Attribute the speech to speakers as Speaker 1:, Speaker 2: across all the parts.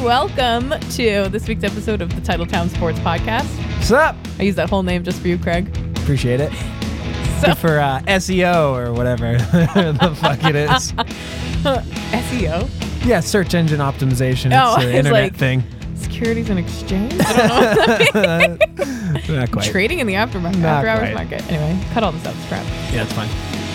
Speaker 1: welcome to this week's episode of the Titletown Sports Podcast.
Speaker 2: What's up?
Speaker 1: I use that whole name just for you, Craig.
Speaker 2: Appreciate it.
Speaker 1: So-
Speaker 2: Good for uh, SEO or whatever the fuck it is. E
Speaker 1: SEO,
Speaker 2: Yeah, search engine optimization.
Speaker 1: Oh,
Speaker 2: it's
Speaker 1: I
Speaker 2: an
Speaker 1: was
Speaker 2: internet
Speaker 1: like-
Speaker 2: thing.
Speaker 1: Securities and Exchange. I don't know. what that means.
Speaker 2: Not quite.
Speaker 1: Trading in the aftermarket,
Speaker 2: Not
Speaker 1: after hours
Speaker 2: quite.
Speaker 1: market. Anyway, cut all this out. It's crap.
Speaker 2: yeah, it's fine.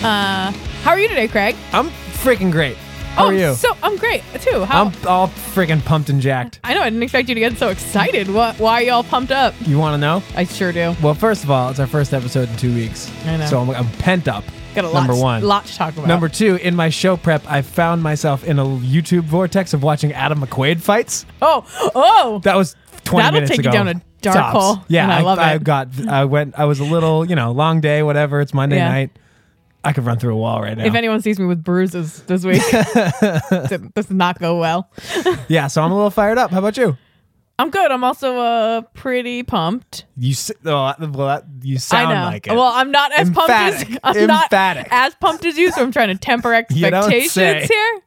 Speaker 1: Uh, how are you today, Craig?
Speaker 2: I'm freaking great. How
Speaker 1: oh,
Speaker 2: are you?
Speaker 1: so I'm great too. How?
Speaker 2: I'm all freaking pumped and jacked.
Speaker 1: I know I didn't expect you to get so excited. What? Why are y'all pumped up?
Speaker 2: You want to know?
Speaker 1: I sure do.
Speaker 2: Well, first of all, it's our first episode in two weeks.
Speaker 1: I know.
Speaker 2: So I'm, I'm pent up.
Speaker 1: Got a lot.
Speaker 2: Number one.
Speaker 1: lot to talk about.
Speaker 2: Number two, in my show prep, I found myself in a YouTube vortex of watching Adam McQuaid fights.
Speaker 1: Oh, oh.
Speaker 2: That was 20
Speaker 1: That'll
Speaker 2: minutes
Speaker 1: take you
Speaker 2: ago.
Speaker 1: down a dark
Speaker 2: Tops.
Speaker 1: hole,
Speaker 2: Yeah,
Speaker 1: and I
Speaker 2: I,
Speaker 1: love
Speaker 2: I
Speaker 1: it.
Speaker 2: got, I went, I was a little, you know, long day, whatever. It's Monday
Speaker 1: Yeah.
Speaker 2: night. I could run through a wall right now.
Speaker 1: If anyone sees me with bruises this week, it does not go well.
Speaker 2: yeah, so I'm a little fired up. How about you?
Speaker 1: I'm good. I'm also uh, pretty pumped.
Speaker 2: You, s- oh, that- well, that, you sound
Speaker 1: I know.
Speaker 2: like it.
Speaker 1: Well, I'm not as pumped as
Speaker 2: Emphatic.
Speaker 1: I'm
Speaker 2: Emphatic.
Speaker 1: not as pumped as you, so I'm trying to temper
Speaker 2: You don't
Speaker 1: expectations
Speaker 2: say.
Speaker 1: here.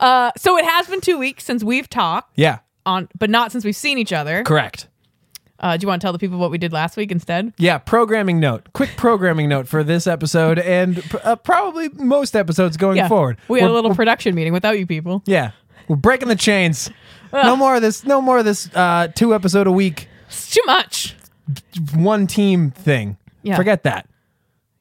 Speaker 1: Uh, so it has been two weeks since we've talked
Speaker 2: yeah,
Speaker 1: on, but not since we've seen each other.
Speaker 2: correct.
Speaker 1: Uh, do you want to tell the people what we did last week instead?
Speaker 2: Yeah, programming note. Quick programming note for this episode and pr- uh, probably most episodes going forward.
Speaker 1: we had a
Speaker 2: We're-
Speaker 1: little production meeting without you people.
Speaker 2: Yeah, we're breaking the chains. no more of this. No more of this. Uh, two episode a week,
Speaker 1: It's too much.
Speaker 2: one team thing.
Speaker 1: Yeah.
Speaker 2: Forget that.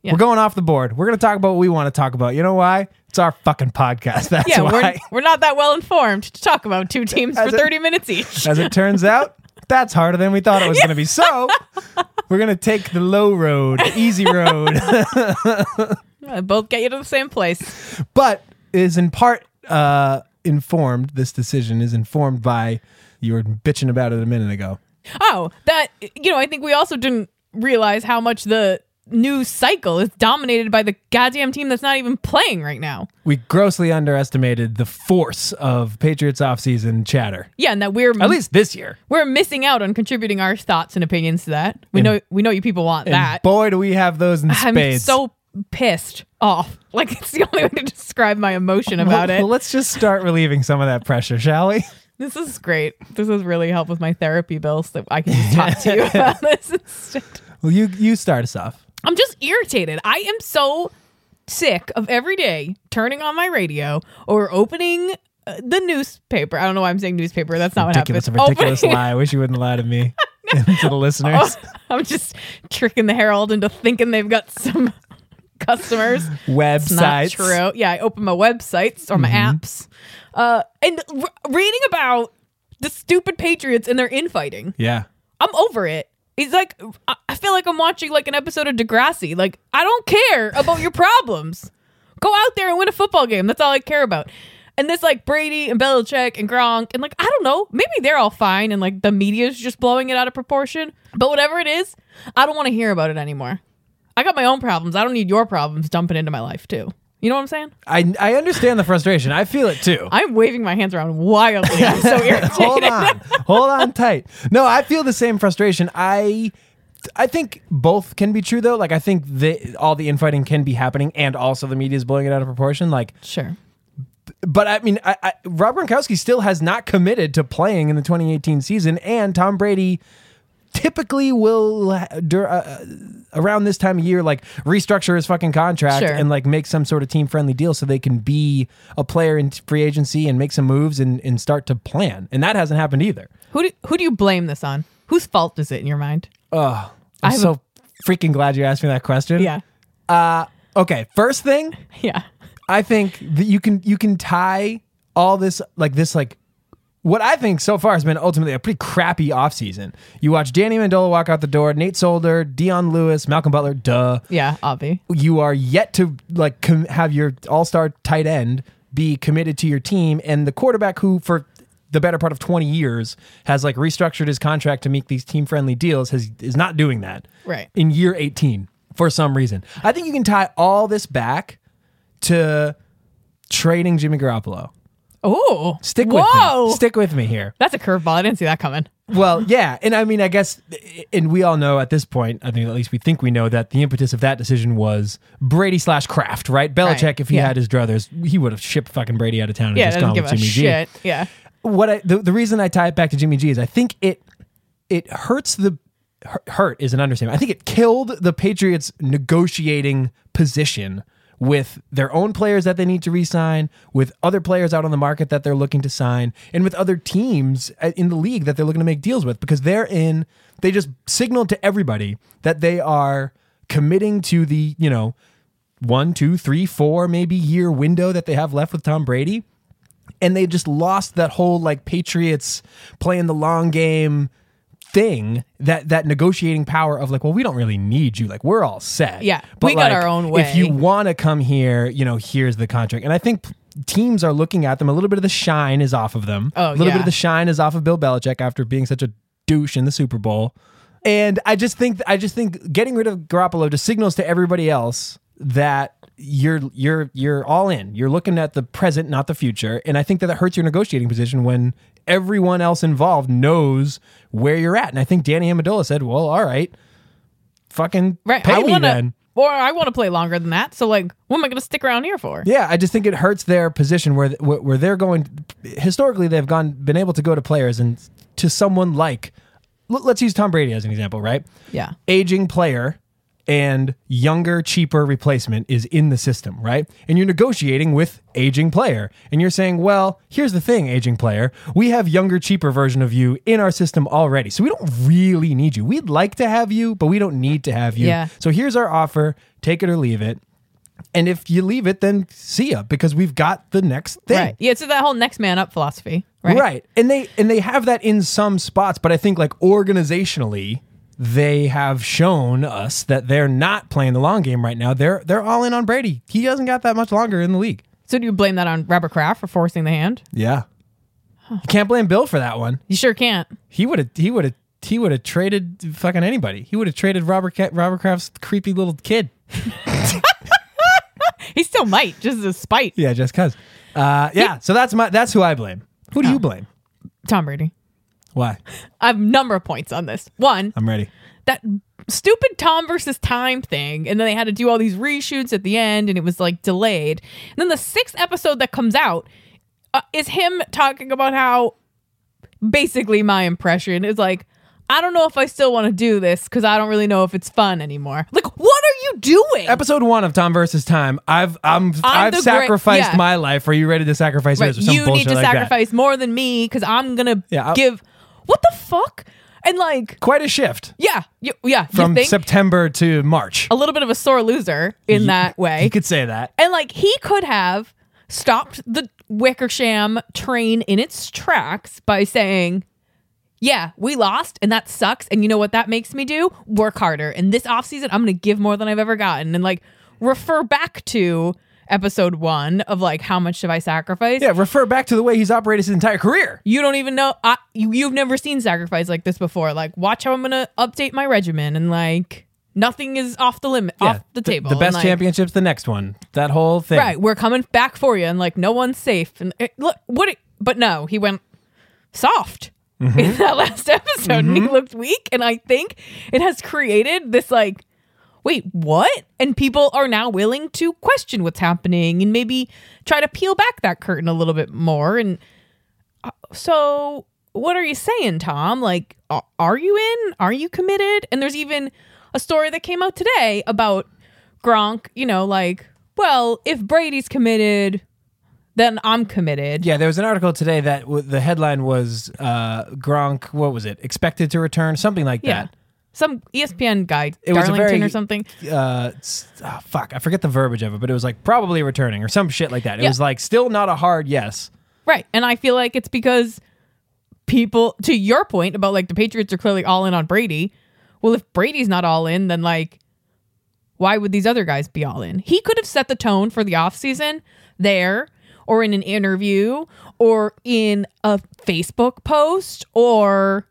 Speaker 1: Yeah.
Speaker 2: We're going off the board. We're going to talk about what we want to talk about. You know why? It's our fucking podcast. That's
Speaker 1: Yeah, we're,
Speaker 2: why.
Speaker 1: we're not that well informed to talk about two teams for
Speaker 2: As it-
Speaker 1: 30 minutes each.
Speaker 2: As it turns out, that's harder than we thought it was going to be. So we're going to take the low road, the easy road,
Speaker 1: Uh, both get you to the same place.
Speaker 2: but is in part uh, informed. This decision is informed by you were bitching about it a minute ago.
Speaker 1: Oh, that, you know, I think we also didn't realize how much the news cycle is dominated by the goddamn team that's not even playing right now.
Speaker 2: We grossly underestimated the force of Patriots offseason chatter.
Speaker 1: Yeah, and that we're
Speaker 2: At least this year.
Speaker 1: we're missing out on contributing our thoughts and opinions to that. We
Speaker 2: And-
Speaker 1: know we know you people want
Speaker 2: And
Speaker 1: that.
Speaker 2: boy, do we have those in
Speaker 1: I'm
Speaker 2: spades.
Speaker 1: so pissed off. Like it's the only way to describe my emotion about it.
Speaker 2: Well, Let's just start relieving some of that pressure, shall we?
Speaker 1: This is great. This has really helped with my therapy bills that I can just talk to you about this instead.
Speaker 2: Well, you you start us off.
Speaker 1: I'm just irritated. I am so sick of every day turning on my radio or opening uh, the newspaper. I don't know why I'm saying newspaper. That's not
Speaker 2: Ridiculous, a
Speaker 1: what happens.
Speaker 2: ridiculous lie. I wish you wouldn't lie to me and to the listeners.
Speaker 1: I'm just tricking the Herald into thinking they've got some customers.
Speaker 2: Oh,
Speaker 1: It's Not
Speaker 2: Websites.
Speaker 1: true. Yeah, I open my websites or my
Speaker 2: Mm-hmm.
Speaker 1: apps, uh, and re- reading about the stupid Patriots and their infighting.
Speaker 2: Yeah.
Speaker 1: I'm over it. It's like I I feel like I'm watching like an episode of Degrassi. Like I don't care about your problems. Go out there and win a football game. That's all I care about. And this like Brady and Belichick and Gronk and like I don't know, maybe they're all fine and like the media's just blowing it out of proportion. But whatever it is, I don't want to hear about it anymore. I got my own problems. I don't need your problems dumping into my life too. You know what I'm saying?
Speaker 2: I I understand the frustration. I feel it too.
Speaker 1: I'm waving my hands around wildly. I'm so irritated.
Speaker 2: hold on hold on tight no i feel the same frustration i i think both can be true though like i think the all the infighting can be happening and also the media is blowing it out of proportion like
Speaker 1: Sure.
Speaker 2: but i mean I, I, rob gronkowski still has not committed to playing in the 2018 season and tom brady typically will uh, dur- uh, uh, around this time of year like restructure his fucking contract
Speaker 1: Sure.
Speaker 2: and like make some sort of team friendly deal so they can be a player in free agency and make some moves and, and start to plan and that hasn't happened either
Speaker 1: Who do, who do you blame this on? Whose fault is it in your mind?
Speaker 2: Oh, I'm
Speaker 1: have a-
Speaker 2: so freaking glad you asked me that question.
Speaker 1: Yeah.
Speaker 2: Uh, okay. First thing,
Speaker 1: Yeah.
Speaker 2: I think that you can you can tie all this like this like what I think so far has been ultimately a pretty crappy offseason. You watch Danny Mandola walk out the door, Nate Solder, Dion Lewis, Malcolm Butler, duh.
Speaker 1: Yeah, Avi.
Speaker 2: You are yet to like com- have your all-star tight end be committed to your team and the quarterback who for the better part of 20 years has like restructured his contract to make these team-friendly deals has is not doing that
Speaker 1: Right.
Speaker 2: in year 18 for some reason. I think you can tie all this back to trading Jimmy Garoppolo.
Speaker 1: Oh.
Speaker 2: Stick with
Speaker 1: Whoa.
Speaker 2: me. Stick with me here.
Speaker 1: That's a curveball. I didn't see that coming.
Speaker 2: Well, yeah, and I mean, I guess, and we all know at this point. I think at least we think we know that the impetus of that decision was Brady slash Kraft, right? Belichick,
Speaker 1: Right,
Speaker 2: if he
Speaker 1: yeah.
Speaker 2: had his druthers, he would have shipped fucking Brady out of town and
Speaker 1: Yeah,
Speaker 2: just
Speaker 1: doesn't
Speaker 2: gone
Speaker 1: give
Speaker 2: with
Speaker 1: a
Speaker 2: Jimmy G.
Speaker 1: shit. Yeah.
Speaker 2: what I the, the reason I tie it back to Jimmy G is I think it it hurts the hu- hurt is an understatement. I think it killed the Patriots negotiating position with their own players that they need to re-sign, with other players out on the market that they're looking to sign, and with other teams uh, in the league that they're looking to make deals with because they're in they just signaled to everybody that they are committing to the, you know, one, two, three, four, maybe year window that they have left with Tom Brady and they just lost that whole like Patriots playing the long game thing that that negotiating power of like well we don't really need you like we're all set
Speaker 1: Yeah, we got our own way.
Speaker 2: if you want to come here you know here's the contract and i think p- teams are looking at them a little bit of the shine is off of them
Speaker 1: Oh,
Speaker 2: a little bit
Speaker 1: yeah.
Speaker 2: of the shine is off of bill belichick after being such a douche in the super bowl and i just think i just think getting rid of garoppolo just signals to everybody else that you're you're you're all in you're looking at the present not the future and i think that that hurts your negotiating position when everyone else involved knows where you're at and i think danny amendola said well all right fucking
Speaker 1: Right.
Speaker 2: pay
Speaker 1: I
Speaker 2: me
Speaker 1: wanna,
Speaker 2: then
Speaker 1: Or I want to play longer than that. So like, what am I going to stick around here for?
Speaker 2: Yeah, I just think it hurts their position where where where they're going. Historically, they've gone been able to go to players and to someone like, l- let's use Tom Brady as an example, right?
Speaker 1: Yeah.
Speaker 2: Aging player and younger, cheaper replacement is in the system, right? And you're negotiating with aging player, and you're saying, well, here's the thing, aging player, we have younger, cheaper version of you in our system already, so we don't really need you. We'd like to have you, but we don't need to have you.
Speaker 1: Yeah.
Speaker 2: So here's our offer. Take it or leave it. And if you leave it, then see ya because we've got the next thing.
Speaker 1: Right. Yeah. So that whole next man up philosophy. Right.
Speaker 2: And they and they have that in some spots, but I think like organizationally, they have shown us that they're not playing the long game right now. They're they're all in on Brady. He hasn't got that much longer in the league.
Speaker 1: So do you blame that on Robert Kraft for forcing the hand?
Speaker 2: Yeah. You can't blame Bill for that one.
Speaker 1: You sure can't.
Speaker 2: He would have he would have he would have traded fucking anybody. He would have traded Robert Ca- Robert Kraft's creepy little kid.
Speaker 1: He still might, just as spite.
Speaker 2: Yeah, just cuz. Uh, yeah, so that's my that's who I blame. Who do you blame?
Speaker 1: Tom Brady.
Speaker 2: Why?
Speaker 1: I have a number of points on this. One,
Speaker 2: I'm ready.
Speaker 1: that stupid Tom versus time thing, and then they had to do all these reshoots at the end, and it was like delayed. And then the sixth episode that comes out uh, is him talking about how basically my impression is like, I don't know if I still want to do this because I don't really know if it's fun anymore. Like, what are you doing?
Speaker 2: Episode one of Tom versus Time. I've I'm, i have
Speaker 1: the great-
Speaker 2: sacrificed
Speaker 1: yeah.
Speaker 2: my life. Are you ready to sacrifice
Speaker 1: Right,
Speaker 2: yours or some
Speaker 1: you
Speaker 2: bullshit
Speaker 1: need to
Speaker 2: like that?
Speaker 1: sacrifice more than me because I'm gonna
Speaker 2: Yeah, I'll-
Speaker 1: give. What the fuck? And like,
Speaker 2: Quite a shift
Speaker 1: yeah, you, yeah, you
Speaker 2: from
Speaker 1: think
Speaker 2: September to March.
Speaker 1: a little bit of a sore loser in that way.
Speaker 2: You could say that.
Speaker 1: And like he could have stopped the Wickersham train in its tracks by saying, "Yeah, we lost and that sucks and you know what that makes me do? Work harder. And this offseason I'm going to give more than I've ever gotten." And like refer back to episode 1 of like how much should I sacrifice?
Speaker 2: Yeah, refer back to the way he's operated his entire career.
Speaker 1: You don't even know I you, you've never seen sacrifice like this before. Like watch how I'm going to update my regimen and like nothing is off the limit
Speaker 2: Yeah,
Speaker 1: off the, table.
Speaker 2: The
Speaker 1: And,
Speaker 2: best
Speaker 1: like,
Speaker 2: championship's the next one. That whole thing.
Speaker 1: right we're coming back for you and like no one's safe and it, look what it, but no he went soft in that last episode and he looked weak and i think it has created this like wait what and people are now willing to question what's happening and maybe try to peel back that curtain a little bit more and uh, so what are you saying tom like a- are you in are you committed and there's even a story that came out today about gronk you know like well if brady's committed then i'm committed
Speaker 2: Yeah, there was an article today that w- the headline was uh, Gronk. What was it? Expected to return, something like
Speaker 1: Yeah.
Speaker 2: that.
Speaker 1: Some E ESPN guy,
Speaker 2: It was a
Speaker 1: Darlington
Speaker 2: very-
Speaker 1: or something.
Speaker 2: uh, s- ah, fuck, I forget the verbiage of it, but it was like probably returning or some shit like that. It
Speaker 1: Yeah.
Speaker 2: was like still not a hard yes.
Speaker 1: Right. And I feel like it's because people, to your point about like the Patriots are clearly all in on Brady. Well, if Brady's not all in, then like, why would these other guys be all in? He could have set the tone for the offseason there or in an interview or in a Facebook post or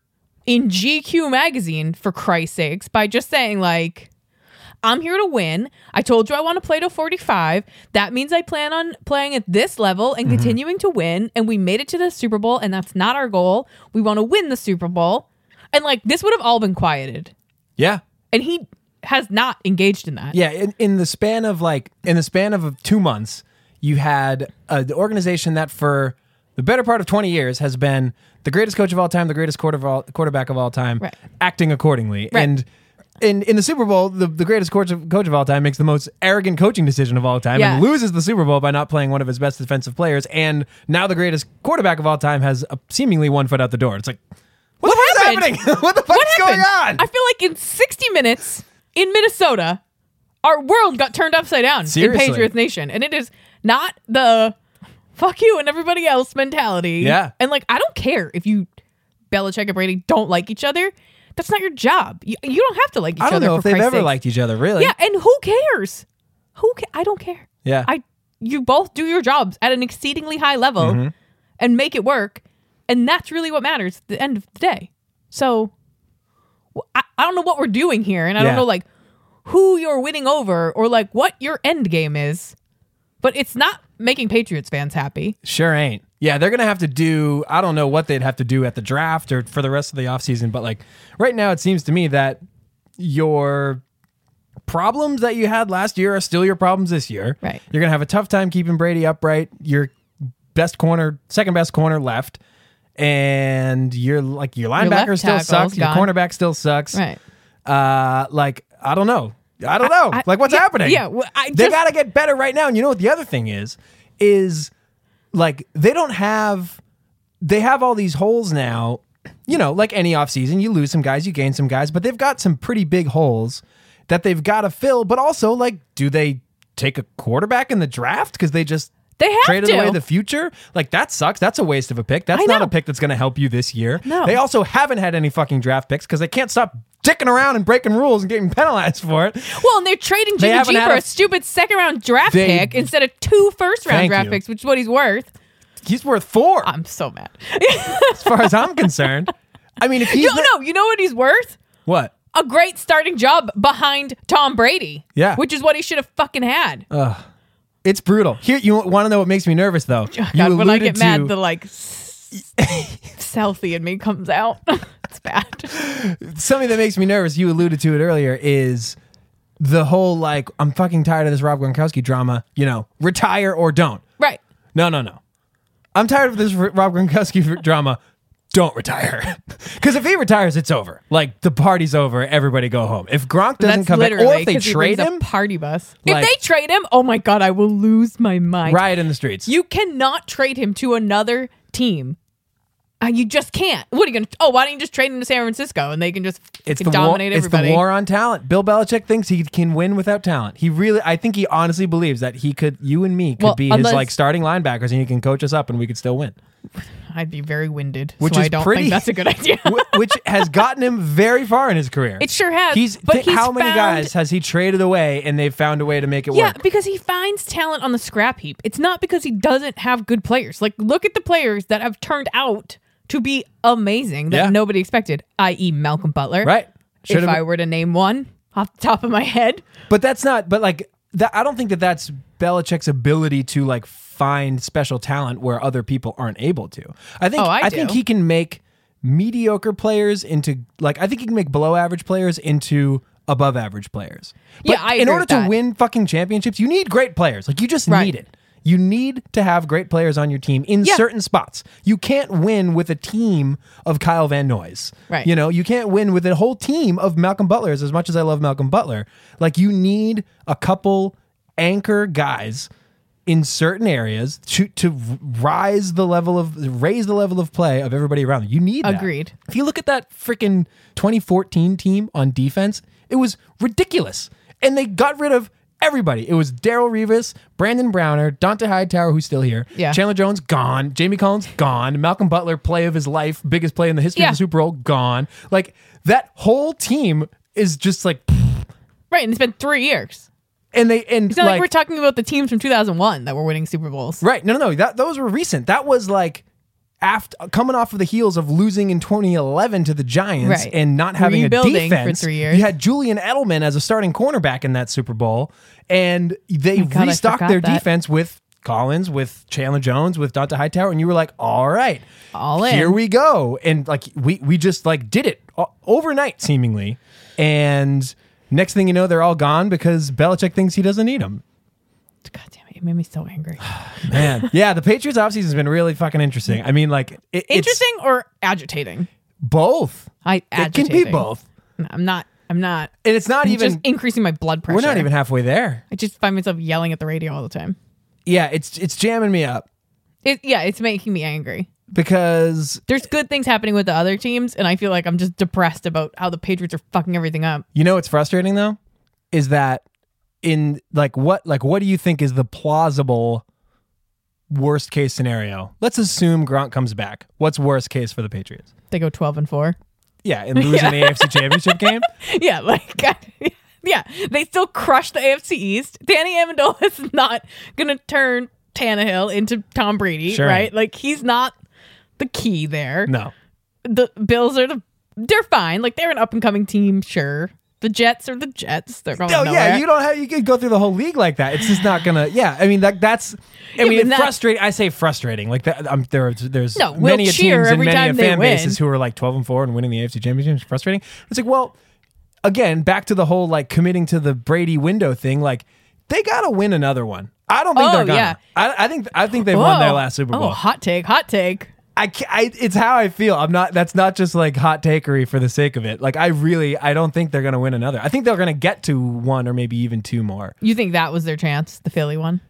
Speaker 1: in GQ magazine for Christ's sakes by just saying like I'm here to win. I told you I want to play to 45. That means I plan on playing at this level and continuing to win. And we made it to the Super Bowl, and that's not our goal. We want to win the Super Bowl. And like this would have all been quieted.
Speaker 2: Yeah,
Speaker 1: And he has not engaged in that.
Speaker 2: Yeah, in, in the span of like in the span of two months, you had uh, the organization that for the better part of 20 years has been the greatest coach of all time, the greatest quarter of all, quarterback of all time,
Speaker 1: Right.
Speaker 2: acting accordingly.
Speaker 1: Right.
Speaker 2: And in, in the Super Bowl, the, the greatest coach of, coach of all time makes the most arrogant coaching decision of all time
Speaker 1: Yeah.
Speaker 2: and loses the Super Bowl by not playing one of his best defensive players. And now the greatest quarterback of all time has uh seemingly one foot out the door. It's like, what, the fuck's
Speaker 1: happened?
Speaker 2: happening? what the fuck's
Speaker 1: What
Speaker 2: going
Speaker 1: happened?
Speaker 2: on?
Speaker 1: I feel like in 60 minutes in Minnesota, our world got turned upside down
Speaker 2: Seriously.
Speaker 1: in Patriots Nation. And it is not the fuck you and everybody else mentality.
Speaker 2: Yeah.
Speaker 1: And like, I don't care if you, Belichick and Brady, don't like each other. That's not your job. You, you don't have to like each
Speaker 2: I don't
Speaker 1: other.
Speaker 2: know
Speaker 1: for
Speaker 2: if they've
Speaker 1: Christ's
Speaker 2: ever
Speaker 1: sakes.
Speaker 2: liked each other, really.
Speaker 1: Yeah, and who cares? Who ca- I don't care.
Speaker 2: Yeah.
Speaker 1: I you both do your jobs at an exceedingly high level
Speaker 2: Mm-hmm.
Speaker 1: and make it work, and that's really what matters at the end of the day. So wh- I, I don't know what we're doing here, and I
Speaker 2: Yeah.
Speaker 1: don't know like who you're winning over or like what your end game is, but it's not making Patriots fans happy.
Speaker 2: Sure ain't. Yeah, they're going to have to do, I don't know what they'd have to do at the draft or for the rest of the offseason, but like right now, it seems to me that your problems that you had last year are still your problems this year.
Speaker 1: Right.
Speaker 2: You're going to have a tough time keeping Brady upright. Your best corner, second best corner left. And you're like, your linebacker
Speaker 1: left
Speaker 2: still
Speaker 1: tackle's
Speaker 2: sucks. Your
Speaker 1: gone.
Speaker 2: cornerback still sucks.
Speaker 1: Right.
Speaker 2: Uh, like, I don't know. I don't know.
Speaker 1: I-
Speaker 2: like, what's
Speaker 1: yeah,
Speaker 2: happening?
Speaker 1: yeah, well, I
Speaker 2: they
Speaker 1: just-
Speaker 2: got to get better right now. And you know what the other thing is? Is like they don't have they have all these holes now. You know, like any offseason, you lose some guys, you gain some guys, but they've got some pretty big holes that they've got to fill. But also, like, do they take a quarterback in the draft because they just
Speaker 1: They have
Speaker 2: traded
Speaker 1: to.
Speaker 2: away the future? Like, that sucks. That's a waste of a pick. That's
Speaker 1: I
Speaker 2: not
Speaker 1: know.
Speaker 2: a pick that's going to help you this year.
Speaker 1: No.
Speaker 2: They also haven't had any fucking draft picks because they can't stop dicking around and breaking rules and getting penalized for it.
Speaker 1: Well, and they're trading
Speaker 2: They
Speaker 1: Jimmy
Speaker 2: haven't
Speaker 1: G
Speaker 2: had
Speaker 1: for
Speaker 2: a-
Speaker 1: a, stupid second round draft
Speaker 2: They-
Speaker 1: pick instead of two first round
Speaker 2: Thank
Speaker 1: draft
Speaker 2: you.
Speaker 1: picks, which is what he's worth.
Speaker 2: He's worth four
Speaker 1: I'm so mad.
Speaker 2: as far as I'm concerned. I mean, if he's
Speaker 1: You
Speaker 2: not-
Speaker 1: no, you know what he's worth?
Speaker 2: what?
Speaker 1: A great starting job behind Tom Brady.
Speaker 2: Yeah. Uh,
Speaker 1: Which is what he should have fucking had.
Speaker 2: It's brutal. Here, you want to know what makes me nervous, though. you
Speaker 1: God, when I
Speaker 2: alluded
Speaker 1: get mad,
Speaker 2: to-
Speaker 1: the like s- selfie in me comes out. it's bad.
Speaker 2: something that makes me nervous. You alluded to it earlier. Is the whole like I'm fucking tired of this Rob Gronkowski drama. You know, retire or don't.
Speaker 1: Right.
Speaker 2: No, no, no. I'm tired of this R- Rob Gronkowski drama. Don't retire, because if he retires, it's over. Like the party's over. Everybody go home. If Gronk doesn't
Speaker 1: That's
Speaker 2: come back,
Speaker 1: literally
Speaker 2: or if they
Speaker 1: 'cause he
Speaker 2: trade
Speaker 1: brings a
Speaker 2: him,
Speaker 1: party bus.
Speaker 2: Like-
Speaker 1: if they trade him, oh my god, I will lose my mind.
Speaker 2: riot in the streets.
Speaker 1: You cannot trade him to another team. Uh, you just can't. What are you gonna? Oh, why don't you just trade him to San Francisco and they can just
Speaker 2: It's the
Speaker 1: fucking dominate
Speaker 2: war.
Speaker 1: everybody?
Speaker 2: It's the war on talent. Bill Belichick thinks he can win without talent. He really, I think he honestly believes that he could. You and me could
Speaker 1: Well,
Speaker 2: be his
Speaker 1: unless-
Speaker 2: like starting linebackers, and he can coach us up, and we could still win.
Speaker 1: I'd be very winded,
Speaker 2: Which
Speaker 1: so
Speaker 2: is
Speaker 1: I don't think
Speaker 2: pretty-
Speaker 1: that's a good idea.
Speaker 2: Wh- Which has gotten him very far in his career.
Speaker 1: It sure has,
Speaker 2: He's,
Speaker 1: but
Speaker 2: thi-
Speaker 1: he's
Speaker 2: how many
Speaker 1: found-
Speaker 2: guys has he traded away, and they've found a way to make it
Speaker 1: yeah,
Speaker 2: work?
Speaker 1: because he finds talent on the scrap heap. It's not because he doesn't have good players. Like, look at the players that have turned out to be amazing that
Speaker 2: Yeah.
Speaker 1: nobody expected, i.e., Malcolm Butler.
Speaker 2: Right. Should
Speaker 1: if
Speaker 2: have.
Speaker 1: I were to name one off the top of my head,
Speaker 2: But that's not. But like that, I don't think that that's Belichick's ability to like find special talent where other people aren't able to. I think.
Speaker 1: Oh, I
Speaker 2: think
Speaker 1: do.
Speaker 2: he can make mediocre players into like. I think he can make below average players into above average players. But
Speaker 1: Yeah, I
Speaker 2: in
Speaker 1: agree
Speaker 2: order
Speaker 1: with
Speaker 2: to
Speaker 1: that.
Speaker 2: win fucking championships, you need great players. Like you just
Speaker 1: Right.
Speaker 2: need it. You need to have great players on your team in
Speaker 1: Yeah.
Speaker 2: certain spots. You can't win with a team of Kyle Van Noy's.
Speaker 1: Right.
Speaker 2: You know, you can't win with a whole team of Malcolm Butlers as much as I love Malcolm Butler. Like you need a couple anchor guys in certain areas to to rise the level of raise the level of play of everybody around. them. You need that.
Speaker 1: Agreed.
Speaker 2: If you look at that freaking 2014 team on defense, it was ridiculous. And they got rid of everybody. It was Daryl Revis, Brandon Browner, Dante Hightower, who's still here.
Speaker 1: Yeah.
Speaker 2: Chandler Jones gone. Jamie Collins gone. Malcolm Butler, play of his life, biggest play in the history
Speaker 1: Yeah.
Speaker 2: of the Super Bowl, gone. Like that whole team is just like
Speaker 1: right? And it's been three years.
Speaker 2: and they and
Speaker 1: It's not like,
Speaker 2: like
Speaker 1: we're talking about the teams from 2001 that were winning Super Bowls.
Speaker 2: Right. No, no, no. That those were recent. That was like after coming off of the heels of losing in 2011 to the Giants
Speaker 1: Right.
Speaker 2: and not having
Speaker 1: Rebuilding
Speaker 2: a
Speaker 1: for
Speaker 2: defense
Speaker 1: three years.
Speaker 2: You had Julian Edelman as a starting cornerback in that Super Bowl, and they
Speaker 1: Oh God, I
Speaker 2: restocked
Speaker 1: forgot
Speaker 2: their
Speaker 1: that.
Speaker 2: defense with Collins, with Chandler Jones, with Dante Hightower, and you were like, "All right,
Speaker 1: All in.
Speaker 2: here we go." And like we we just like did it o- overnight, seemingly, and. Next thing you know, they're all gone because Belichick thinks he doesn't need them.
Speaker 1: God damn it. It made me so angry.
Speaker 2: Man, yeah, the Patriots offseason has been really fucking interesting. I mean, like, it,
Speaker 1: Interesting or agitating?
Speaker 2: It's both.
Speaker 1: I
Speaker 2: It
Speaker 1: agitating.
Speaker 2: can be both,
Speaker 1: No, I'm not. I'm not.
Speaker 2: and it's not
Speaker 1: I'm
Speaker 2: even.
Speaker 1: just increasing my blood pressure.
Speaker 2: we're not even halfway there.
Speaker 1: I just find myself yelling at the radio all the time.
Speaker 2: Yeah, it's it's jamming me up
Speaker 1: It, yeah, it's making me angry.
Speaker 2: because
Speaker 1: There's good things happening with the other teams, and I feel like I'm just depressed about how the Patriots are fucking everything up.
Speaker 2: you know what's frustrating though is that in like what like what do you think is the plausible worst case scenario? Let's assume Gronk comes back. What's worst case for the Patriots?
Speaker 1: They go 12 and four.
Speaker 2: Yeah, and losing the AFC Championship game.
Speaker 1: Yeah, like yeah, they still crush the AFC East. Danny Amendola is not gonna turn Tannehill into Tom Brady,
Speaker 2: Sure.
Speaker 1: right? Like he's not the key there.
Speaker 2: No.
Speaker 1: The Bills are the they're fine. Like they're an up and coming team, sure. The Jets are the Jets. They're going
Speaker 2: Oh
Speaker 1: nowhere.
Speaker 2: yeah, you don't have you could go through the whole league like that. It's just not gonna. Yeah, I mean that that's. I mean,
Speaker 1: but
Speaker 2: it's
Speaker 1: that-
Speaker 2: frustrating. I say frustrating. Like that, um, there, there's
Speaker 1: No, we'll
Speaker 2: many a
Speaker 1: cheer
Speaker 2: teams and
Speaker 1: every
Speaker 2: many a
Speaker 1: time they
Speaker 2: fan
Speaker 1: win.
Speaker 2: bases who are like 12 and four and winning the AFC Championship. It's frustrating. It's like, well, again, back to the whole like committing to the Brady window thing. Like they gotta win another one. I don't think
Speaker 1: Oh,
Speaker 2: they're gonna.
Speaker 1: yeah.
Speaker 2: I, I think I think they won their
Speaker 1: Whoa.
Speaker 2: last Super
Speaker 1: Oh,
Speaker 2: Bowl.
Speaker 1: hot take, hot take.
Speaker 2: I, ca- I it's how I feel. I'm not. That's not just like hot takery for the sake of it. Like I really, I don't think they're gonna win another. I think they're gonna get to one or maybe even two more.
Speaker 1: You think that was their chance, the Philly one?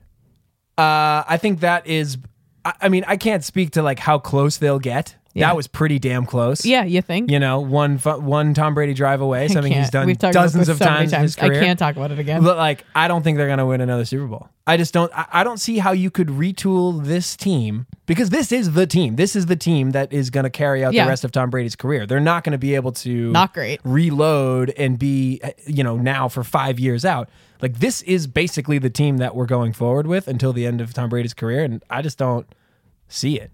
Speaker 2: Uh, I think that is. I, I mean, I can't speak to like how close they'll get.
Speaker 1: Yeah.
Speaker 2: That was pretty damn close.
Speaker 1: Yeah, you think?
Speaker 2: You know, one fu- one Tom Brady drive away,
Speaker 1: I
Speaker 2: something he's
Speaker 1: can't.
Speaker 2: done
Speaker 1: We've talked about
Speaker 2: dozens
Speaker 1: this
Speaker 2: of
Speaker 1: so many
Speaker 2: times, in his career.
Speaker 1: I can't talk about it again.
Speaker 2: But like, I don't think they're gonna win another Super Bowl. I just don't. I, I don't see how you could retool this team because this is the team. This is the team that is gonna carry out
Speaker 1: Yeah.
Speaker 2: the rest of Tom Brady's career. They're not gonna be able to
Speaker 1: Not great.
Speaker 2: reload and be uh, you know now for five years out. Like this is basically the team that we're going forward with until the end of Tom Brady's career, and I just don't see it.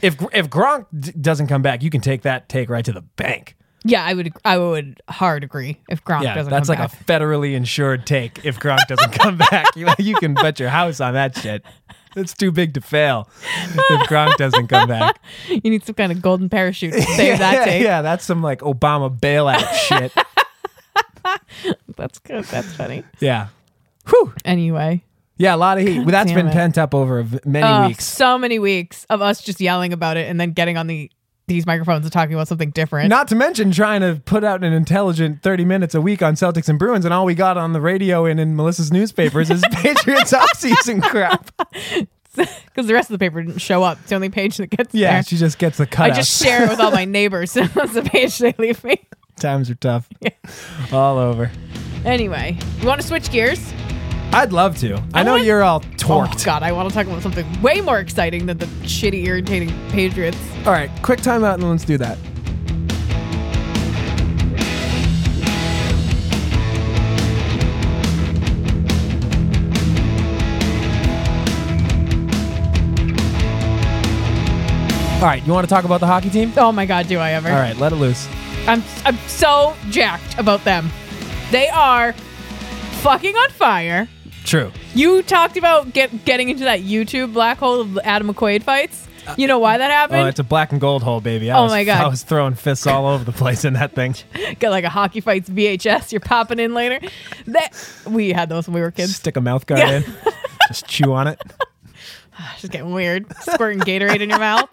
Speaker 2: If Gr- if Gronk d- doesn't come back, you can take that take right to the bank.
Speaker 1: Yeah, I would. I would hard agree if Gronk
Speaker 2: Yeah,
Speaker 1: doesn't.
Speaker 2: that's
Speaker 1: come
Speaker 2: like
Speaker 1: back.
Speaker 2: a federally insured take. If Gronk doesn't come back, you, you can bet your house on that shit. It's too big to fail if Gronk doesn't come back.
Speaker 1: you need some kind of golden parachute to save
Speaker 2: yeah,
Speaker 1: that take.
Speaker 2: yeah, that's some like Obama bailout shit.
Speaker 1: That's good. That's funny.
Speaker 2: Yeah. Whew.
Speaker 1: Anyway,
Speaker 2: Yeah, a lot of heat. Well, that's
Speaker 1: damn
Speaker 2: been
Speaker 1: it.
Speaker 2: pent up over v- many
Speaker 1: oh,
Speaker 2: weeks.
Speaker 1: so many weeks of us just yelling about it and then getting on the these microphones and talking about something different.
Speaker 2: Not to mention trying to put out an intelligent 30 minutes a week on Celtics and Bruins, and all we got on the radio and in Melissa's newspapers is Patriots offseason crap.
Speaker 1: Because the rest of the paper didn't show up. It's the only page that gets
Speaker 2: Yeah,
Speaker 1: there.
Speaker 2: she just gets the cutouts.
Speaker 1: I just share it with all my neighbors. so That's the page they leave me.
Speaker 2: Times are tough. All over.
Speaker 1: Anyway, you want to switch gears?
Speaker 2: I'd love to. I know
Speaker 1: want-
Speaker 2: you're all
Speaker 1: Oh
Speaker 2: torqued.
Speaker 1: God, I want to talk about something way more exciting than the shitty, irritating Patriots.
Speaker 2: all right, quick timeout and let's do that. All right, you want to talk about the hockey team?
Speaker 1: Oh my God, do I ever?
Speaker 2: All right, let it loose.
Speaker 1: I'm I'm so jacked about them. They are fucking on fire.
Speaker 2: True.
Speaker 1: You talked about get, getting into that YouTube black hole of Adam McQuaid fights. You know why that
Speaker 2: Oh,
Speaker 1: happened?
Speaker 2: it's a black and gold hole, baby. I
Speaker 1: Oh
Speaker 2: was,
Speaker 1: my God.
Speaker 2: I was throwing fists all over the place in that thing.
Speaker 1: Got like a hockey fights VHS. You're popping in later. That we had those when we were kids.
Speaker 2: Stick a mouth guard
Speaker 1: Yeah.
Speaker 2: in, just chew on it.
Speaker 1: Just getting weird. Squirting Gatorade in your mouth.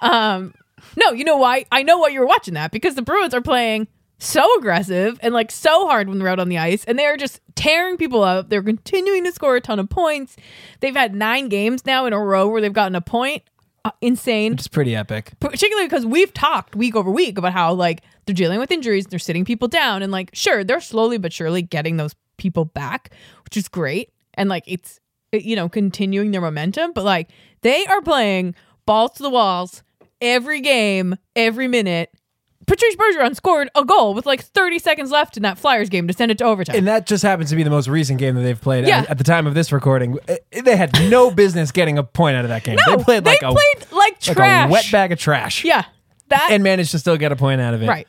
Speaker 1: Um, no, you know why? I know why you were watching that because the Bruins are playing so aggressive and like so hard when they're out on the ice, and they are just tearing people up. They're continuing to score a ton of points. They've had nine games now in a row where they've gotten a point. Uh, insane.
Speaker 2: It's pretty epic.
Speaker 1: particularly because we've talked week over week about how like they're dealing with injuries, they're sitting people down, and like sure they're slowly but surely getting those people back, which is great, and like it's you know continuing their momentum, but like they are playing balls to the walls every game, every minute. Patrice Bergeron scored a goal with like 30 seconds left in that Flyers game to send it to overtime.
Speaker 2: And that just happens to be the most recent game that they've played.
Speaker 1: Yeah.
Speaker 2: At, at the time of this recording, uh, they had no business getting a point out of that game.
Speaker 1: No,
Speaker 2: they played like a
Speaker 1: played like
Speaker 2: like
Speaker 1: trash.
Speaker 2: a wet bag of trash.
Speaker 1: Yeah, that
Speaker 2: And managed to still get a point out of it.
Speaker 1: right.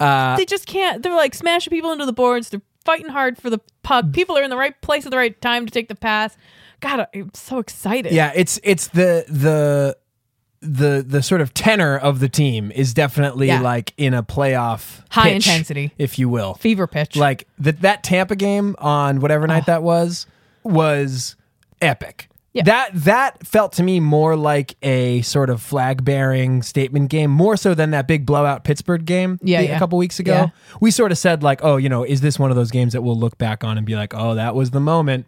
Speaker 2: Uh,
Speaker 1: they just can't. They're like smashing people into the boards. They're fighting hard for the puck. People are in the right place at the right time to take the pass. God, I'm so excited.
Speaker 2: Yeah, it's it's the the the the sort of tenor of the team is definitely
Speaker 1: Yeah.
Speaker 2: like in a playoff
Speaker 1: High
Speaker 2: pitch,
Speaker 1: intensity.
Speaker 2: if you will.
Speaker 1: Fever pitch.
Speaker 2: Like that that Tampa game on whatever night that was was epic.
Speaker 1: Uh-huh. Yeah.
Speaker 2: That that felt to me more like a sort of flag bearing statement game, more so than that big blowout Pittsburgh game
Speaker 1: Yeah,
Speaker 2: the- a
Speaker 1: yeah.
Speaker 2: couple weeks ago.
Speaker 1: Yeah.
Speaker 2: We sort of said like, oh, you know, is this one of those games that we'll look back on and be like, oh, that was the moment.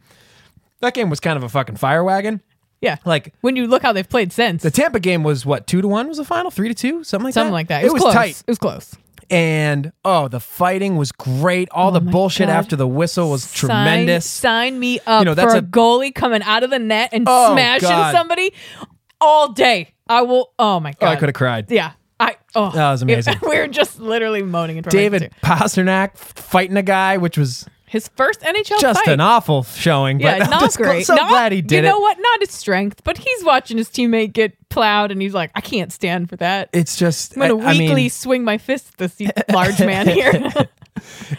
Speaker 2: That game was kind of a fucking fire wagon.
Speaker 1: Yeah.
Speaker 2: Like
Speaker 1: when you look how they've played since,
Speaker 2: the Tampa game was what two to one was the final, three to two, something like
Speaker 1: something
Speaker 2: that.
Speaker 1: like that. It, was, close.
Speaker 2: tight,
Speaker 1: It was close.
Speaker 2: and oh, the fighting was great. All the
Speaker 1: Oh my
Speaker 2: bullshit
Speaker 1: God.
Speaker 2: after the whistle was
Speaker 1: Sign-
Speaker 2: tremendous.
Speaker 1: Sign, me up
Speaker 2: You know, that's
Speaker 1: for a
Speaker 2: a-
Speaker 1: goalie coming out of the net and
Speaker 2: Oh,
Speaker 1: smashing
Speaker 2: God.
Speaker 1: somebody all day. I will. Oh my
Speaker 2: oh,
Speaker 1: god!
Speaker 2: I could have cried.
Speaker 1: Yeah. I. Oh,
Speaker 2: That was amazing.
Speaker 1: we were just literally moaning in front of each
Speaker 2: David
Speaker 1: other.
Speaker 2: Pasternak fighting a guy, which was
Speaker 1: His first NHL
Speaker 2: just
Speaker 1: fight.
Speaker 2: an awful showing.
Speaker 1: yeah,
Speaker 2: But I'm
Speaker 1: not
Speaker 2: just gl-
Speaker 1: great.
Speaker 2: So
Speaker 1: Not-
Speaker 2: glad he did
Speaker 1: You know
Speaker 2: it.
Speaker 1: what? Not his strength, but he's watching his teammate get plowed, and he's like, "I can't stand for that.
Speaker 2: It's just,
Speaker 1: I'm gonna
Speaker 2: I- I
Speaker 1: weakly
Speaker 2: mean,
Speaker 1: swing my fist at this large man here."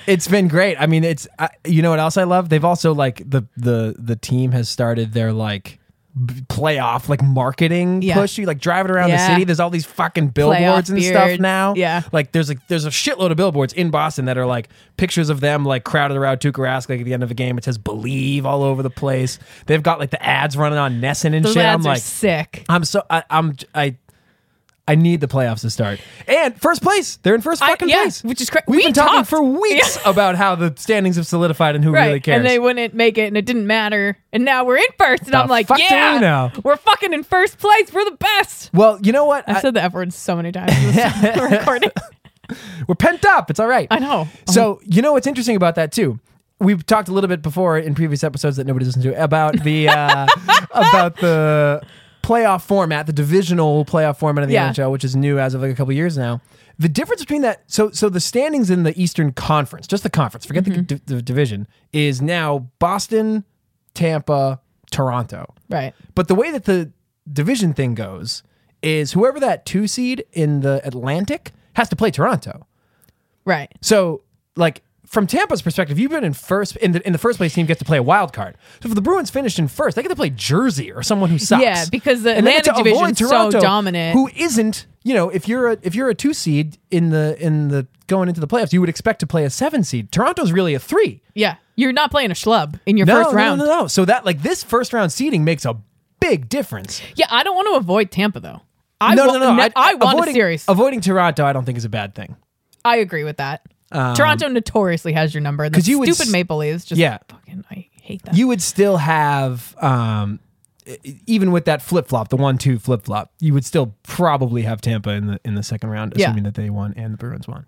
Speaker 2: it's been great. I mean, it's I, you know what else I love? They've also like the the the team has started their like b- playoff like marketing
Speaker 1: Yeah.
Speaker 2: push. You like drive it around the
Speaker 1: Yeah.
Speaker 2: city. There's all these fucking billboards and stuff
Speaker 1: beards.
Speaker 2: now.
Speaker 1: Yeah.
Speaker 2: like there's like there's a shitload of billboards in Boston that are like pictures of them like crowded around Tuukka Rask like at the end of the game. It says "Believe" all over the place. They've got like the ads running on Nesson and
Speaker 1: Those
Speaker 2: shit.
Speaker 1: ads
Speaker 2: I'm
Speaker 1: are
Speaker 2: like,
Speaker 1: sick.
Speaker 2: I'm so I, I'm I I need the playoffs to start. And first place, they're in first
Speaker 1: I-
Speaker 2: fucking
Speaker 1: yeah,
Speaker 2: place,
Speaker 1: which is cra-
Speaker 2: We've
Speaker 1: we
Speaker 2: been talking
Speaker 1: talked.
Speaker 2: for weeks about how the standings have solidified and who
Speaker 1: Right.
Speaker 2: really cares.
Speaker 1: And they wouldn't make it and it didn't matter. And now we're in first. And
Speaker 2: The
Speaker 1: I'm like,
Speaker 2: fuck do
Speaker 1: yeah,
Speaker 2: we know?"
Speaker 1: we're fucking in first place. We're the best.
Speaker 2: well, you know what?
Speaker 1: I,
Speaker 2: I-
Speaker 1: said the F word so many times in this recording.
Speaker 2: we're pent up. It's all right.
Speaker 1: I know.
Speaker 2: So you know what's interesting about that too. We've talked a little bit before in previous episodes that nobody's listened to about the uh, about the playoff format, the divisional playoff format of the
Speaker 1: Yeah.
Speaker 2: NHL, which is new as of like a couple years now. The difference between that, so so the standings in the Eastern Conference, just the conference, forget
Speaker 1: Mm-hmm.
Speaker 2: the, the division, is now Boston, Tampa, Toronto.
Speaker 1: Right.
Speaker 2: But the way that the division thing goes is whoever that two seed in the Atlantic has to play Toronto.
Speaker 1: Right.
Speaker 2: So, like from Tampa's perspective, you've been in first in the in the first place team gets to play a wild card. So if the Bruins finished in first, they get to play Jersey or someone who sucks.
Speaker 1: Yeah, because the
Speaker 2: And they get
Speaker 1: Atlantic
Speaker 2: to
Speaker 1: division's
Speaker 2: avoid
Speaker 1: so dominant.
Speaker 2: Who isn't? You know, if you're a if you're a two seed in the in the going into the playoffs, you would expect to play a seven seed. Toronto's really a three.
Speaker 1: Yeah. You're not playing a schlub in your
Speaker 2: No,
Speaker 1: first
Speaker 2: no,
Speaker 1: round.
Speaker 2: no, no, no. So that like this first round seeding makes a big difference.
Speaker 1: Yeah. I don't want to avoid Tampa, though. I
Speaker 2: no,
Speaker 1: wa-
Speaker 2: no, no, no.
Speaker 1: I, want
Speaker 2: avoiding,
Speaker 1: a series.
Speaker 2: Avoiding Toronto, I don't think is a bad thing.
Speaker 1: I agree with that. Toronto notoriously has your number. Because
Speaker 2: 'cause Um, you would
Speaker 1: stupid
Speaker 2: s-
Speaker 1: Maple Leafs just
Speaker 2: Yeah.
Speaker 1: fucking, I hate that.
Speaker 2: you would still have um e- even with that flip flop, the one two flip flop, you would still probably have Tampa in the in the second round,
Speaker 1: Yeah.
Speaker 2: assuming that they won and the Bruins won.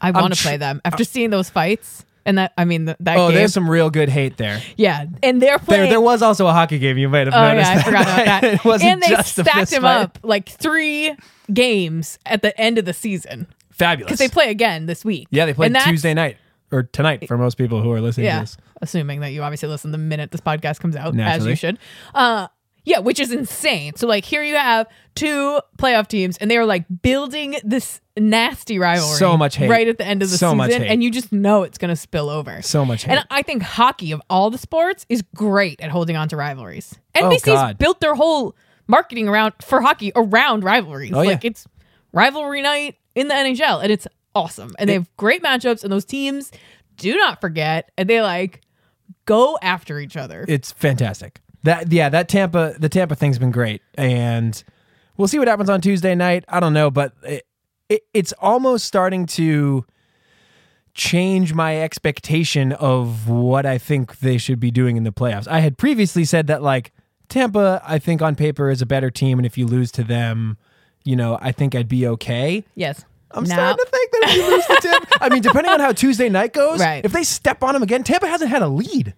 Speaker 1: I want to
Speaker 2: tr-
Speaker 1: play them after seeing those fights. And that, I mean, th- that
Speaker 2: Oh,
Speaker 1: game.
Speaker 2: there's some real good hate there.
Speaker 1: Yeah, and they're
Speaker 2: There,
Speaker 1: playing.
Speaker 2: there was also a hockey game. You might have
Speaker 1: oh
Speaker 2: noticed.
Speaker 1: yeah, I forgot about that.
Speaker 2: it wasn't
Speaker 1: and they
Speaker 2: just a
Speaker 1: stacked
Speaker 2: fist
Speaker 1: him
Speaker 2: fight.
Speaker 1: up like three games at the end of the season
Speaker 2: Fabulous.
Speaker 1: because they play again this week.
Speaker 2: yeah, they played
Speaker 1: And that's-
Speaker 2: Tuesday night or tonight for most people who are listening to
Speaker 1: Yeah,
Speaker 2: this.
Speaker 1: assuming that you obviously listen the minute this podcast comes out, as
Speaker 2: Naturally.
Speaker 1: you should. Uh, yeah, which is insane. So like, here you have two playoff teams, and they are like building this nasty rivalry.
Speaker 2: So much hate.
Speaker 1: right at the end of the
Speaker 2: So
Speaker 1: season,
Speaker 2: much hate.
Speaker 1: and you just know it's going to spill over.
Speaker 2: So much hate.
Speaker 1: And I think hockey of all the sports is great at holding on to rivalries. NBC's
Speaker 2: Oh, God.
Speaker 1: built their whole marketing around for hockey around rivalries.
Speaker 2: Oh, yeah.
Speaker 1: like it's rivalry night in the NHL and it's awesome. And they have great matchups and those teams do not forget and they like go after each other.
Speaker 2: it's fantastic. That yeah, that Tampa the Tampa thing's been great, and we'll see what happens on Tuesday night. I don't know, but it, it, it's almost starting to change my expectation of what I think they should be doing in the playoffs. I had previously said that like Tampa, I think on paper is a better team, and if you lose to them, you know, I think I'd be okay.
Speaker 1: yes.
Speaker 2: I'm
Speaker 1: Now-
Speaker 2: starting to think that if you lose to Tampa, I mean, depending on how Tuesday night goes,
Speaker 1: Right.
Speaker 2: if they step on them again, Tampa hasn't had a lead.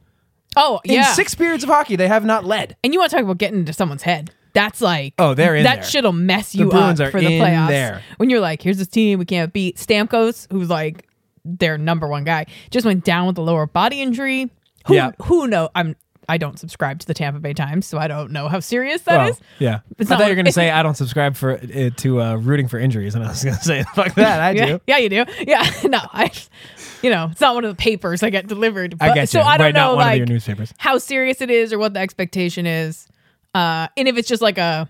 Speaker 1: Oh,
Speaker 2: In
Speaker 1: yeah.
Speaker 2: six periods of hockey, they have not led.
Speaker 1: and you want to talk about getting into someone's head. That's like
Speaker 2: Oh, they're in
Speaker 1: that
Speaker 2: there.
Speaker 1: shit'll mess you up
Speaker 2: Bruins are
Speaker 1: for the
Speaker 2: in
Speaker 1: playoffs.
Speaker 2: there.
Speaker 1: When you're like, here's this team we can't beat. Stamkos, who's like their number one guy, just went down with a lower body injury. Who
Speaker 2: Yeah.
Speaker 1: who know I'm I don't subscribe to the Tampa Bay Times, so I don't know how serious that
Speaker 2: Well,
Speaker 1: is.
Speaker 2: yeah.
Speaker 1: It's
Speaker 2: I
Speaker 1: not
Speaker 2: thought you were
Speaker 1: like-
Speaker 2: going to say I don't subscribe for uh, to uh, rooting for injuries, and I was going to say fuck that. I
Speaker 1: Yeah,
Speaker 2: do.
Speaker 1: yeah, you do. Yeah, no, I, you know, it's not one of the papers I get delivered.
Speaker 2: I
Speaker 1: but-
Speaker 2: get
Speaker 1: So
Speaker 2: you.
Speaker 1: I don't
Speaker 2: right,
Speaker 1: know,
Speaker 2: not one
Speaker 1: like,
Speaker 2: of your newspapers.
Speaker 1: how serious it is or what the expectation is. Uh, and if it's just like a,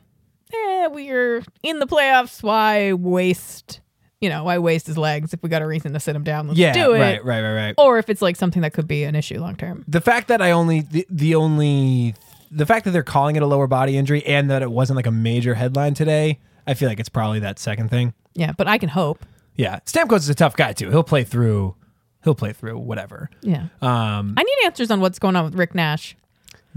Speaker 1: eh, we're in the playoffs, why waste, you know, why waste his legs if we got a reason to sit him down? Let's
Speaker 2: Yeah,
Speaker 1: do it.
Speaker 2: right, right, right, right.
Speaker 1: Or if it's like something that could be an issue long term.
Speaker 2: The fact that I only the, the only the fact that they're calling it a lower body injury and that it wasn't like a major headline today, I feel like it's probably that second thing.
Speaker 1: Yeah, but I can hope.
Speaker 2: Yeah, Stamkos is a tough guy too. He'll play through. He'll play through whatever.
Speaker 1: Yeah. Um, I need answers on what's going on with Rick Nash.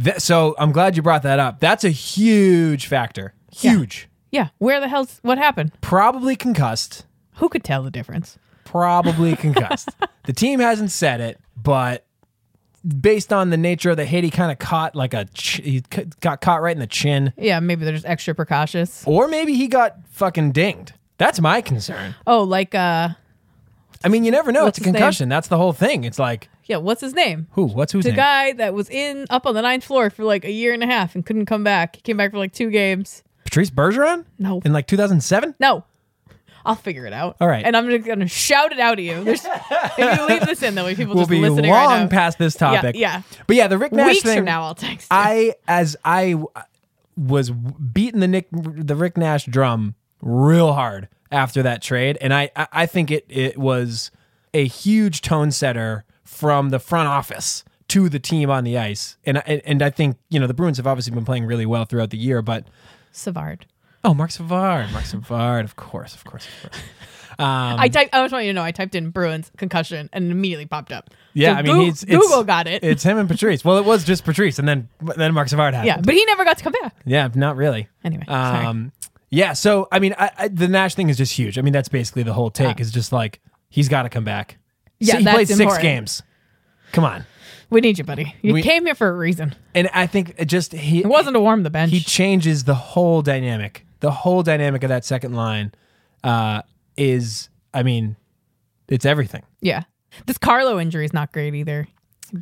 Speaker 2: Th- so I'm glad you brought that up. That's a huge factor. Huge.
Speaker 1: Yeah, where the hell's what happened?
Speaker 2: Probably concussed.
Speaker 1: Who could tell the difference?
Speaker 2: Probably concussed. the team hasn't said it, but based on the nature of the hit, he kind of caught like a ch- he c- got caught right in the chin,
Speaker 1: Yeah, maybe they're just extra precautious.
Speaker 2: or maybe he got fucking dinged. That's my concern.
Speaker 1: Oh, like uh
Speaker 2: I mean, you never know.
Speaker 1: What's
Speaker 2: it's a
Speaker 1: his name?
Speaker 2: concussion. That's the whole thing. It's like
Speaker 1: yeah, what's his name?
Speaker 2: who? What's whose
Speaker 1: The
Speaker 2: name?
Speaker 1: guy that was in up on the ninth floor for like a year and a half and couldn't come back. He came back for like two games.
Speaker 2: Patrice Bergeron?
Speaker 1: No.
Speaker 2: In like 2007.
Speaker 1: No. I'll figure it out.
Speaker 2: All right.
Speaker 1: And I'm just gonna shout it out at you. There's, if you leave this in though, people
Speaker 2: We'll
Speaker 1: just
Speaker 2: be long
Speaker 1: listening right now.
Speaker 2: past this
Speaker 1: Yeah,
Speaker 2: topic.
Speaker 1: yeah.
Speaker 2: But yeah, the Rick Nash
Speaker 1: Weeks
Speaker 2: thing.
Speaker 1: from now I'll text you.
Speaker 2: I as I w- was beating the Nick the Rick Nash drum real hard after that trade, and I I- I think it it was a huge tone setter from the front office to the team on the ice, and I- and I think you know the Bruins have obviously been playing really well throughout the year, but
Speaker 1: Savard.
Speaker 2: oh, Mark Savard, Mark Savard, of course, of course, of course. Um,
Speaker 1: I typed. I just want you to know. I typed in Bruins concussion and it immediately popped up.
Speaker 2: Yeah,
Speaker 1: So
Speaker 2: I mean,
Speaker 1: Goo-
Speaker 2: he's, it's-
Speaker 1: Google got it.
Speaker 2: It's him and Patrice. Well, it was just Patrice, and then then Mark Savard happened.
Speaker 1: yeah, but he never got to come back.
Speaker 2: Yeah, not really.
Speaker 1: Anyway, sorry.
Speaker 2: um, yeah. So I mean, I, I, the Nash thing is just huge. I mean, that's basically the whole take is just like he's got to come back.
Speaker 1: Yeah,
Speaker 2: he
Speaker 1: that's
Speaker 2: played six
Speaker 1: important.
Speaker 2: games. Come on,
Speaker 1: We need you, buddy. You
Speaker 2: We-
Speaker 1: came here for a reason.
Speaker 2: and I think it just he
Speaker 1: It wasn't to warm the bench.
Speaker 2: he changes the whole dynamic. The whole dynamic of that second line uh, is, I mean, it's everything.
Speaker 1: yeah, this Carlo injury is not great either.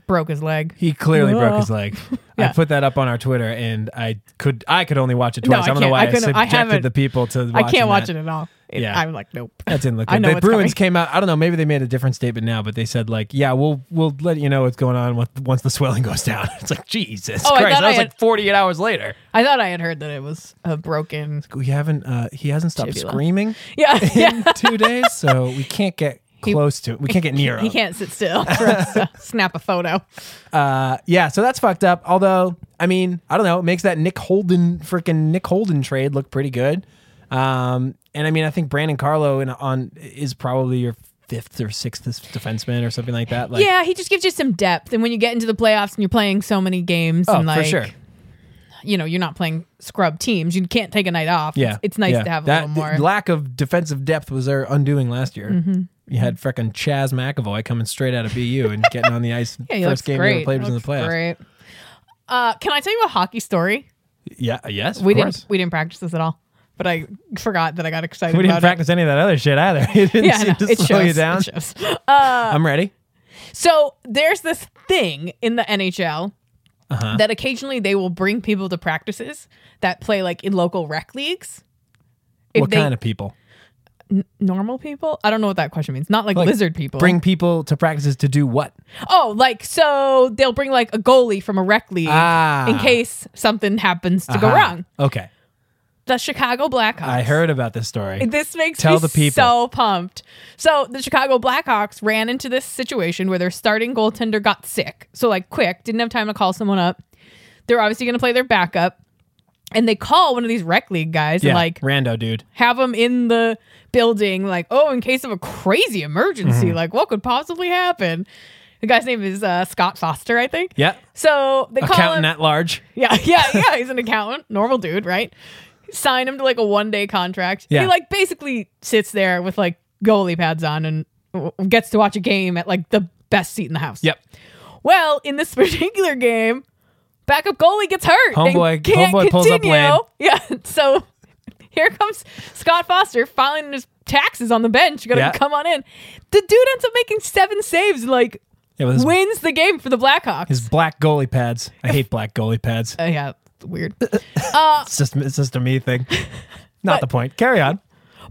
Speaker 1: Broke his leg.
Speaker 2: He clearly broke
Speaker 1: Ugh.
Speaker 2: his leg. I
Speaker 1: Uh. Yeah.
Speaker 2: put that up on our Twitter, and I could I could only watch it twice.
Speaker 1: I
Speaker 2: I, don't know
Speaker 1: can't.
Speaker 2: why
Speaker 1: I
Speaker 2: I,
Speaker 1: couldn't- I
Speaker 2: subjected
Speaker 1: haven't-
Speaker 2: the people to.
Speaker 1: I can't watch
Speaker 2: that.
Speaker 1: it at all. It-
Speaker 2: Yeah.
Speaker 1: I'm like, nope.
Speaker 2: That didn't look
Speaker 1: I
Speaker 2: good.
Speaker 1: know
Speaker 2: The
Speaker 1: what's
Speaker 2: Bruins
Speaker 1: coming.
Speaker 2: came out. I don't know. Maybe they made a different statement now, but they said like, "Yeah, we'll we'll let you know what's going on with, once the swelling goes down." It's like Jesus
Speaker 1: Oh, I
Speaker 2: Christ.
Speaker 1: thought
Speaker 2: That
Speaker 1: I
Speaker 2: was
Speaker 1: had-
Speaker 2: like 48 hours later.
Speaker 1: I thought I had heard that it was a broken.
Speaker 2: We haven't. Uh, he hasn't stopped
Speaker 1: Tibula.
Speaker 2: screaming
Speaker 1: Yeah,
Speaker 2: in
Speaker 1: yeah.
Speaker 2: two days, so we can't get close to it. We can't get near
Speaker 1: He
Speaker 2: him.
Speaker 1: can't sit still. for us to snap a photo.
Speaker 2: Uh, yeah, so that's fucked up. Although, I mean, I don't know. It makes that Nick Holden freaking Nick Holden trade look pretty good. Um, and I mean, I think Brandon Carlo in, on is probably your fifth or sixth defenseman or something like that. Like,
Speaker 1: yeah, he just gives you some depth, and when you get into the playoffs and you're playing so many games,
Speaker 2: oh,
Speaker 1: and like,
Speaker 2: for sure.
Speaker 1: you know, you're not playing scrub teams. You can't take a night off.
Speaker 2: Yeah,
Speaker 1: It's, it's nice
Speaker 2: yeah.
Speaker 1: to have a
Speaker 2: that
Speaker 1: little more. Mm-hmm.
Speaker 2: Lack of defensive depth was their undoing last year. You had frickin' Chaz McAvoy coming straight out of BU and getting on the ice
Speaker 1: Yeah, he looks
Speaker 2: first game he ever
Speaker 1: great.
Speaker 2: played was in the
Speaker 1: Looks
Speaker 2: playoffs.
Speaker 1: Great. Uh, can I tell you a hockey story?
Speaker 2: Yeah, yes, of
Speaker 1: We
Speaker 2: course.
Speaker 1: didn't we didn't practice this at all, but I forgot that I got excited.
Speaker 2: we didn't
Speaker 1: about
Speaker 2: practice any of that other shit either. It didn't
Speaker 1: It. Yeah, I
Speaker 2: seem
Speaker 1: know.
Speaker 2: to
Speaker 1: it
Speaker 2: slow
Speaker 1: shows.
Speaker 2: you down.
Speaker 1: It shows.
Speaker 2: I'm ready.
Speaker 1: So there's this thing in the NHL
Speaker 2: Uh-huh.
Speaker 1: that occasionally they will bring people to practices that play like in local rec leagues. If
Speaker 2: What
Speaker 1: they,
Speaker 2: kind of people?
Speaker 1: normal people? I don't know what that question means. Not like,
Speaker 2: Like,
Speaker 1: lizard people.
Speaker 2: Bring people to practices to do what?
Speaker 1: Oh, like so they'll bring like a goalie from a rec league
Speaker 2: Ah.
Speaker 1: in case something happens to go
Speaker 2: Ah,
Speaker 1: wrong.
Speaker 2: Okay,
Speaker 1: The Chicago Blackhawks.
Speaker 2: I heard about this story.
Speaker 1: This makes
Speaker 2: Tell
Speaker 1: me
Speaker 2: the people.
Speaker 1: so pumped. So the Chicago Blackhawks ran into this situation where their starting goaltender got sick. So like quick, didn't have time to call someone up. They're obviously going to play their backup, and they call one of these rec league guys
Speaker 2: yeah,
Speaker 1: and like
Speaker 2: rando dude.
Speaker 1: have them in the building, like, oh, in case of a crazy emergency,
Speaker 2: Mm-hmm.
Speaker 1: like what could possibly happen? The guy's name is uh, Scott Foster, I think.
Speaker 2: Yeah,
Speaker 1: So they call
Speaker 2: accountant
Speaker 1: him.
Speaker 2: at large.
Speaker 1: Yeah, yeah, yeah. He's an accountant, normal dude, right? Sign him to like a one day contract.
Speaker 2: Yeah.
Speaker 1: He like basically sits there with like goalie pads on and w- gets to watch a game at like the best seat in the house.
Speaker 2: Yep,
Speaker 1: Well, in this particular game, backup goalie gets hurt. and
Speaker 2: Homeboy-
Speaker 1: can't
Speaker 2: homeboy pulls up
Speaker 1: continue.
Speaker 2: lame.
Speaker 1: Yeah. So here comes Scott Foster filing his taxes on the bench. You gotta
Speaker 2: Yeah.
Speaker 1: come on in. The dude ends up making seven saves, like
Speaker 2: it was
Speaker 1: wins the game for the Blackhawks.
Speaker 2: his black goalie pads. I hate black goalie pads.
Speaker 1: Uh, yeah, weird.
Speaker 2: It's just it's just a me thing. Not the point. Carry on.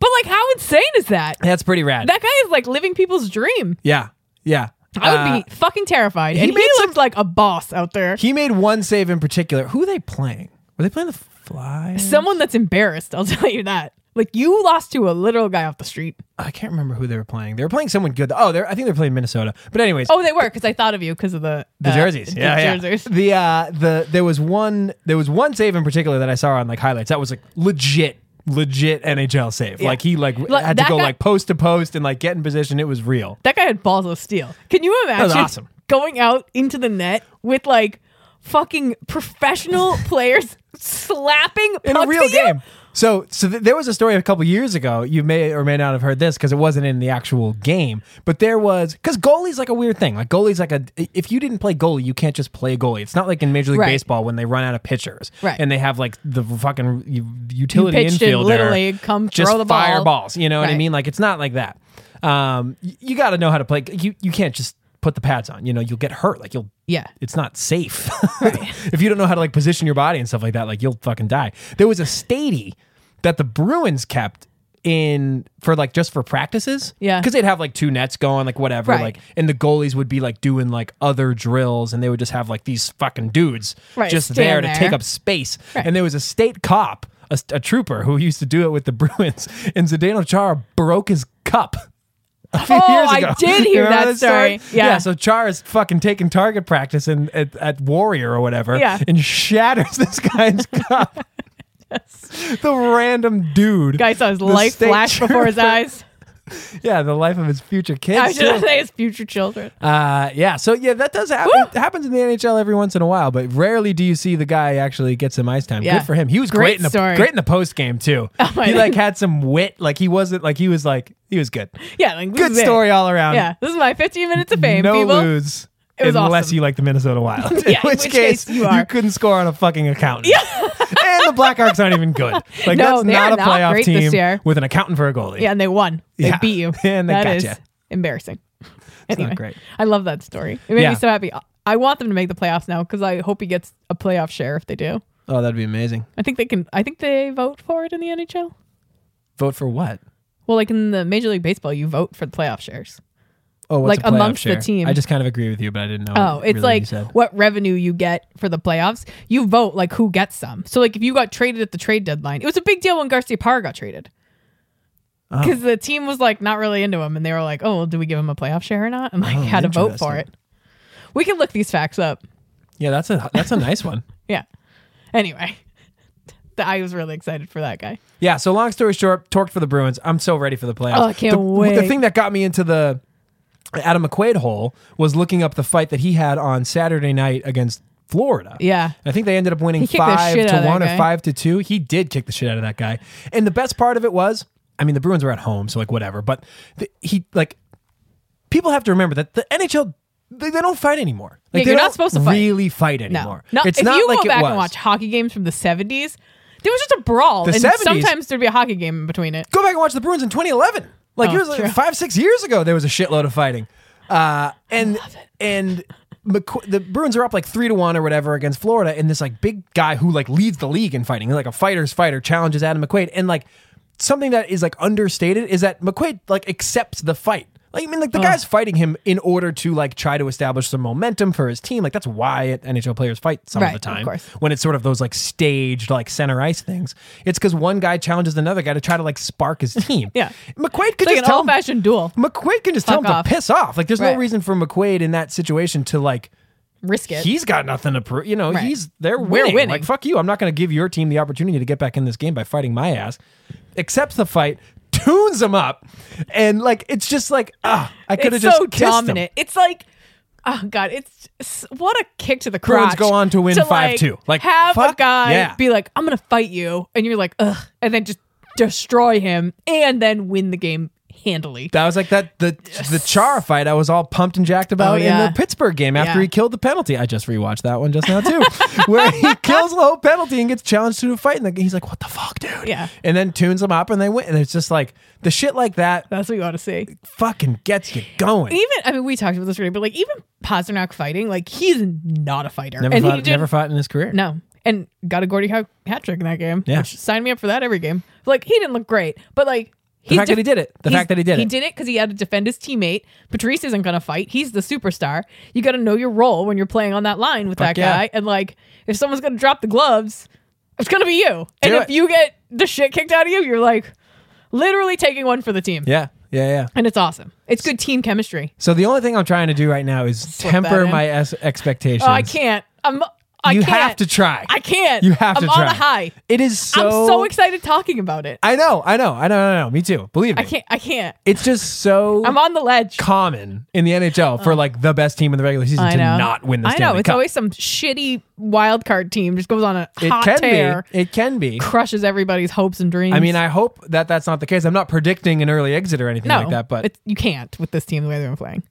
Speaker 1: But like, how insane is that?
Speaker 2: That's pretty rad.
Speaker 1: That guy is like living people's dream.
Speaker 2: yeah, yeah.
Speaker 1: I would
Speaker 2: Uh,
Speaker 1: be fucking terrified. And he,
Speaker 2: made some-
Speaker 1: looked like a boss out there.
Speaker 2: He made one save in particular. Who are they playing? Were they playing the Flyers?
Speaker 1: Someone that's embarrassed, I'll tell you that. Like you lost to a literal guy off the street.
Speaker 2: I can't remember who they were playing. They were playing someone good. Oh, they're I think they're playing Minnesota. But anyways,
Speaker 1: Oh, they were because I thought of you because of the
Speaker 2: the
Speaker 1: uh,
Speaker 2: jerseys.
Speaker 1: the
Speaker 2: yeah, yeah.
Speaker 1: jerseys.
Speaker 2: The uh, the there was one there was one save in particular that I saw on like highlights. That was like legit legit NHL save. Like he like
Speaker 1: Like,
Speaker 2: had to
Speaker 1: that
Speaker 2: go
Speaker 1: guy-
Speaker 2: like post to post and like get in position. It was real.
Speaker 1: That guy had balls of steel. Can you imagine
Speaker 2: was awesome.
Speaker 1: going out into the net with like fucking professional players slapping
Speaker 2: in a
Speaker 1: pucks
Speaker 2: real
Speaker 1: at you?
Speaker 2: game. So, so th- there was a story a couple years ago. You may or may not have heard this because it wasn't in the actual game. But there was because goalie's like a weird thing. Like goalie's like a if you didn't play goalie, you can't just play goalie. It's not like in Major League
Speaker 1: Right.
Speaker 2: Baseball when they run out of pitchers,
Speaker 1: Right.
Speaker 2: and they have like the fucking u- utility
Speaker 1: pitched in
Speaker 2: infielder
Speaker 1: Little League, come
Speaker 2: just
Speaker 1: throw the ball.
Speaker 2: fire balls. You know what I
Speaker 1: Right.
Speaker 2: mean? Like it's not like that. Um, y- you got to know how to play. You you can't just put the pads on. You know you'll get hurt. Like you'll
Speaker 1: Yeah.
Speaker 2: it's not safe. if you don't know how to like position your body and stuff like that, like you'll fucking die. There was a statey that the Bruins kept in for like just for practices.
Speaker 1: Yeah.
Speaker 2: Because they'd have like two nets going, like whatever.
Speaker 1: Right.
Speaker 2: Like and the goalies would be like doing like other drills and they would just have like these fucking dudes
Speaker 1: Right,
Speaker 2: just
Speaker 1: stand
Speaker 2: there, to
Speaker 1: there.
Speaker 2: take up space.
Speaker 1: Right.
Speaker 2: And there was a state cop, a, a trooper who used to do it with the Bruins, and Zdeno Chara broke his cup. a few
Speaker 1: Oh,
Speaker 2: years
Speaker 1: I
Speaker 2: ago.
Speaker 1: did
Speaker 2: You
Speaker 1: hear
Speaker 2: remember
Speaker 1: that story. Yeah.
Speaker 2: yeah, so so Char is fucking taking target practice in, at, at Warrior or whatever
Speaker 1: Yeah.
Speaker 2: and shatters this guy's cup. The random dude.
Speaker 1: Guy saw his
Speaker 2: The
Speaker 1: life
Speaker 2: state
Speaker 1: flash before his
Speaker 2: trooper.
Speaker 1: eyes.
Speaker 2: Yeah, the life of his future
Speaker 1: I was
Speaker 2: kids.
Speaker 1: going
Speaker 2: too.
Speaker 1: to say his future children.
Speaker 2: Uh, yeah, so yeah, that does happen.
Speaker 1: Woo!
Speaker 2: It happens in the NHL every once in a while, but rarely do you see the guy actually get some ice time.
Speaker 1: Yeah.
Speaker 2: Good for him. He was great,
Speaker 1: Great
Speaker 2: in the
Speaker 1: story. Oh
Speaker 2: great in the post game too.
Speaker 1: my
Speaker 2: he like
Speaker 1: God.
Speaker 2: had some wit. Like he wasn't like he was like he was good.
Speaker 1: Yeah, like, this
Speaker 2: Good
Speaker 1: is it.
Speaker 2: story all around.
Speaker 1: Yeah, this is my 15 minutes of fame,
Speaker 2: no
Speaker 1: people.
Speaker 2: lose
Speaker 1: It was
Speaker 2: unless
Speaker 1: awesome.
Speaker 2: you like the Minnesota Wild.
Speaker 1: Yeah,
Speaker 2: in
Speaker 1: in
Speaker 2: which,
Speaker 1: which
Speaker 2: case,
Speaker 1: case you are.
Speaker 2: couldn't score on a fucking accountant. and the Blackhawks aren't even good. Like
Speaker 1: No,
Speaker 2: that's
Speaker 1: they
Speaker 2: not
Speaker 1: are
Speaker 2: a
Speaker 1: not
Speaker 2: playoff
Speaker 1: great
Speaker 2: team
Speaker 1: this year.
Speaker 2: with an accountant for a goalie.
Speaker 1: Yeah, and they won. They
Speaker 2: Yeah.
Speaker 1: beat you.
Speaker 2: And they
Speaker 1: That
Speaker 2: got
Speaker 1: is
Speaker 2: ya.
Speaker 1: embarrassing.
Speaker 2: not
Speaker 1: anyway,
Speaker 2: great.
Speaker 1: I love that story. It made
Speaker 2: Yeah.
Speaker 1: me so happy. I want them to make the playoffs now because I hope he gets a playoff share if they do.
Speaker 2: Oh, that'd be amazing.
Speaker 1: I think they can. I think they vote for it in the NHL.
Speaker 2: Vote for what?
Speaker 1: Well, like in the Major League Baseball, you vote for the playoff shares.
Speaker 2: Oh, what's
Speaker 1: Like,
Speaker 2: a playoff
Speaker 1: amongst the
Speaker 2: share?
Speaker 1: team.
Speaker 2: I just kind of agree with you, but I didn't know.
Speaker 1: Oh, it's
Speaker 2: really you
Speaker 1: like
Speaker 2: said.
Speaker 1: what revenue you get for the playoffs. You vote like who gets some. So like if you got traded at the trade deadline, it was a big deal when Garcia Parra got traded.
Speaker 2: Oh.
Speaker 1: Because the team was like not really into him, and they were like, "Oh, well, do we give him a playoff share or not?" And like had to vote for it.
Speaker 2: Oh, interesting.
Speaker 1: We can look these facts up.
Speaker 2: yeah, that's a that's a nice one.
Speaker 1: Yeah. Anyway, I was really excited for that guy.
Speaker 2: Yeah. So long story short, torqued for the Bruins. I'm so ready for the playoffs.
Speaker 1: Oh, I can't
Speaker 2: the, The
Speaker 1: wait.
Speaker 2: thing that got me into the Adam McQuaid hole was looking up the fight that he had on Saturday night against Florida.
Speaker 1: Yeah.
Speaker 2: I think they ended up winning
Speaker 1: He kicked the
Speaker 2: five
Speaker 1: shit out
Speaker 2: to
Speaker 1: of that
Speaker 2: one or
Speaker 1: guy.
Speaker 2: five to two. He did kick the shit out of that guy. And the best part of it was, I mean, the Bruins were at home, so like whatever. But the, he like people have to remember that the NHL. They, they don't fight anymore. Like
Speaker 1: Yeah,
Speaker 2: they
Speaker 1: you're not
Speaker 2: don't
Speaker 1: supposed to fight.
Speaker 2: really fight anymore.
Speaker 1: No, no.
Speaker 2: it's
Speaker 1: if
Speaker 2: not
Speaker 1: you
Speaker 2: like
Speaker 1: go
Speaker 2: it
Speaker 1: back
Speaker 2: was.
Speaker 1: and watch hockey games from the seventies, there was just a brawl,
Speaker 2: The
Speaker 1: and
Speaker 2: 70s?
Speaker 1: sometimes there'd be a hockey game in between it.
Speaker 2: go back and watch the Bruins in 2011. Like
Speaker 1: Oh,
Speaker 2: it was like
Speaker 1: true.
Speaker 2: five, six years ago. There was a shitload of fighting, uh, and and McQu- the Bruins are up like three to one or whatever against Florida, and this like big guy who like leads the league in fighting, like a fighter's fighter, challenges Adam McQuaid, and like something that is like understated is that McQuaid like accepts the fight. Like I mean,
Speaker 1: Oh.
Speaker 2: like the guy's fighting him in order to like try to establish some momentum for his team. Like that's why NHL players fight some
Speaker 1: Right,
Speaker 2: of
Speaker 1: of
Speaker 2: the time
Speaker 1: course.
Speaker 2: when it's sort of those like staged like center ice things. It's because one guy challenges another guy to try to like spark his team.
Speaker 1: Yeah.
Speaker 2: McQuaid could
Speaker 1: It's like
Speaker 2: just
Speaker 1: an
Speaker 2: tell him,
Speaker 1: old-fashioned duel.
Speaker 2: McQuaid can just tell him
Speaker 1: Fuck
Speaker 2: to
Speaker 1: off.
Speaker 2: piss off. Like there's no
Speaker 1: Right.
Speaker 2: reason for McQuaid in that situation to like.
Speaker 1: Risk it.
Speaker 2: He's got nothing to prove. You know,
Speaker 1: Right.
Speaker 2: he's they're
Speaker 1: We're
Speaker 2: winning.
Speaker 1: winning.
Speaker 2: Like fuck you. I'm not going to give your team the opportunity to get back in this game by fighting my ass. Accepts the fight, tunes him up, and like it's just like ah, I could have
Speaker 1: it's
Speaker 2: just
Speaker 1: so
Speaker 2: kissed him.
Speaker 1: dominant. It's like, oh god, it's s- what a kick to the
Speaker 2: Bruins
Speaker 1: crotch.
Speaker 2: go on to win
Speaker 1: to
Speaker 2: 5-2. Like,
Speaker 1: have
Speaker 2: fuck
Speaker 1: a guy
Speaker 2: yeah.
Speaker 1: be like, I'm gonna fight you, and you're like, ugh, and then just destroy him, and then win the game handily.
Speaker 2: That was like that the the Chara fight. I was all pumped and jacked about
Speaker 1: Oh, yeah.
Speaker 2: in the Pittsburgh game after
Speaker 1: Yeah.
Speaker 2: he killed the penalty. I just rewatched that one just now too, where he kills the whole penalty and gets challenged to a fight, and the, he's like, "What the fuck, dude?"
Speaker 1: Yeah.
Speaker 2: and then tunes him up, and they win. And it's just like the shit like that
Speaker 1: That's what you want to see.
Speaker 2: fucking gets you going.
Speaker 1: even I mean we talked about this already, but like even Pasternak fighting, like he's not a fighter,
Speaker 2: Never
Speaker 1: and he
Speaker 2: fought,
Speaker 1: didn't-
Speaker 2: never fought in his career.
Speaker 1: no, and got a Gordie Howe hat trick in that game.
Speaker 2: Yeah.
Speaker 1: which sign me up for that every game. Like he didn't look great, but like
Speaker 2: the fact that he did it, the fact that he did
Speaker 1: he
Speaker 2: it,
Speaker 1: did it because he had to defend his teammate. Patrice isn't gonna fight. He's the superstar. You got to know your role when you're playing on that line with
Speaker 2: Fuck
Speaker 1: that
Speaker 2: yeah.
Speaker 1: guy, and like if someone's gonna drop the gloves, it's gonna be you. and
Speaker 2: Do
Speaker 1: if
Speaker 2: it.
Speaker 1: you get the shit kicked out of you, you're like. literally taking one for the team.
Speaker 2: Yeah. Yeah. Yeah.
Speaker 1: And it's awesome. It's good team chemistry.
Speaker 2: So the only thing I'm trying to do right now is
Speaker 1: Slip that
Speaker 2: temper
Speaker 1: in.
Speaker 2: my es- expectations.
Speaker 1: Oh, I can't. I'm. I
Speaker 2: You
Speaker 1: can't.
Speaker 2: have to try.
Speaker 1: I can't.
Speaker 2: You have to
Speaker 1: I'm
Speaker 2: try.
Speaker 1: on a high.
Speaker 2: It is so.
Speaker 1: I'm so excited talking about it.
Speaker 2: I know. I know. I know. I know. Me too. Believe me.
Speaker 1: I can't. I can't.
Speaker 2: It's just so
Speaker 1: I'm on the ledge.
Speaker 2: common in the NHL for like the best team in the regular season
Speaker 1: Oh. I
Speaker 2: to
Speaker 1: know.
Speaker 2: not win the
Speaker 1: I
Speaker 2: Stanley
Speaker 1: know. It's
Speaker 2: Cup.
Speaker 1: always some shitty wild card team just goes on a
Speaker 2: it
Speaker 1: hot
Speaker 2: can
Speaker 1: tear,
Speaker 2: be. It can be.
Speaker 1: crushes everybody's hopes and dreams.
Speaker 2: I mean, I hope that that's not the case. I'm not predicting an early exit or anything
Speaker 1: no,
Speaker 2: like that, but
Speaker 1: it's, you can't with this team the way they're playing.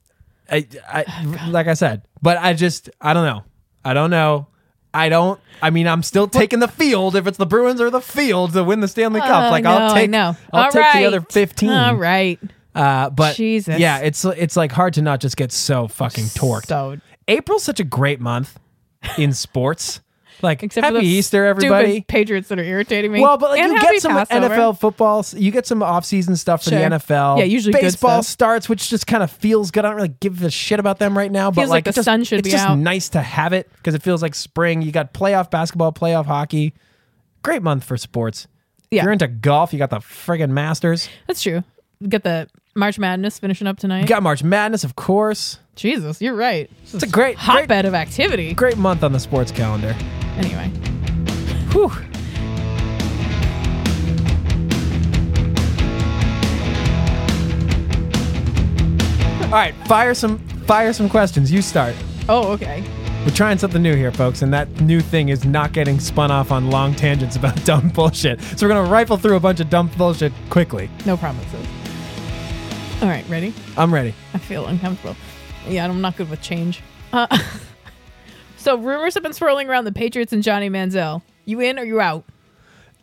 Speaker 2: I, I, like I said, but I just, I don't know. I don't know. I don't. I mean, I'm still taking the field if it's the Bruins or the field to win the Stanley
Speaker 1: Oh,
Speaker 2: Cup. Like
Speaker 1: no,
Speaker 2: I'll
Speaker 1: I
Speaker 2: take,
Speaker 1: know.
Speaker 2: I'll
Speaker 1: All
Speaker 2: take the other
Speaker 1: right.
Speaker 2: 15.
Speaker 1: All right,
Speaker 2: Uh, but
Speaker 1: Jesus.
Speaker 2: yeah, it's it's like hard to not just get so fucking torqued.
Speaker 1: So
Speaker 2: April's such a great month in sports. Like
Speaker 1: except for
Speaker 2: happy
Speaker 1: those
Speaker 2: Easter,
Speaker 1: stupid
Speaker 2: everybody.
Speaker 1: Patriots that are irritating me.
Speaker 2: Well, but like
Speaker 1: And
Speaker 2: you
Speaker 1: happy
Speaker 2: get some
Speaker 1: Passover.
Speaker 2: NFL football, you get some off-season stuff for
Speaker 1: Sure.
Speaker 2: the NFL.
Speaker 1: Yeah, usually good
Speaker 2: baseball
Speaker 1: stuff.
Speaker 2: starts, which just kind of feels good. I don't really give a shit about them right now, but
Speaker 1: Feels like
Speaker 2: like, it's
Speaker 1: the
Speaker 2: just,
Speaker 1: sun should
Speaker 2: it's
Speaker 1: be
Speaker 2: just
Speaker 1: out.
Speaker 2: nice to have it because it feels like spring. You got playoff basketball, playoff hockey. Great month for sports.
Speaker 1: Yeah.
Speaker 2: If you're into golf, you got the friggin' Masters.
Speaker 1: That's true. Get the March Madness finishing up tonight.
Speaker 2: You got March Madness, of course.
Speaker 1: Jesus, you're right.
Speaker 2: It's a great, great,
Speaker 1: Hotbed of activity.
Speaker 2: great month on the sports calendar.
Speaker 1: Anyway.
Speaker 2: Whew. All right, fire some fire some questions. You start.
Speaker 1: Oh, okay.
Speaker 2: We're trying something new here, folks, and that new thing is not getting spun off on long tangents about dumb bullshit. So we're gonna rifle through a bunch of dumb bullshit quickly.
Speaker 1: No promises. All right, ready?
Speaker 2: I'm ready.
Speaker 1: I feel uncomfortable. Yeah, I'm not good with change. Uh, so rumors have been swirling around the Patriots and Johnny Manziel. You in or you out?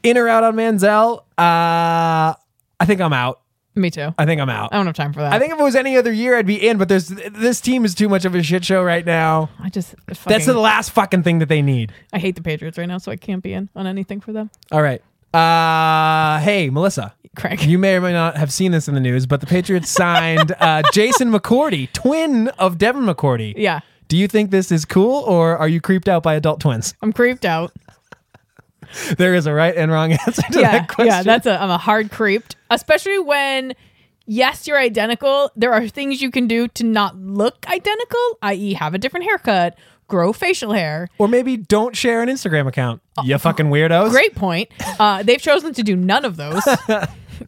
Speaker 2: In or out on Manziel? Uh, I think I'm out.
Speaker 1: Me too. I
Speaker 2: I think I'm out.
Speaker 1: don't have time for that.
Speaker 2: I think if it was any other year, I'd be in. But there's this team is too much of a shit show right now.
Speaker 1: I just fucking,
Speaker 2: That's the last fucking thing that they need.
Speaker 1: I hate the Patriots right now, so I can't be in on anything for them.
Speaker 2: All right. Uh, hey, Melissa.
Speaker 1: Craig.
Speaker 2: You may or may not have seen this in the news, but the Patriots signed uh, Jason McCourty, twin of Devin McCourty.
Speaker 1: yeah,
Speaker 2: Do you think this is cool, or are you creeped out by adult twins?
Speaker 1: I'm creeped out.
Speaker 2: There is a right and wrong answer to
Speaker 1: yeah,
Speaker 2: that question.
Speaker 1: yeah, that's a I'm a hard creeped, especially when yes, you're identical. There are things you can do to not look identical, i.e., have a different haircut, grow facial hair.
Speaker 2: or maybe don't share an Instagram account. you fucking weirdos.
Speaker 1: Great point. Uh, they've chosen to do none of those,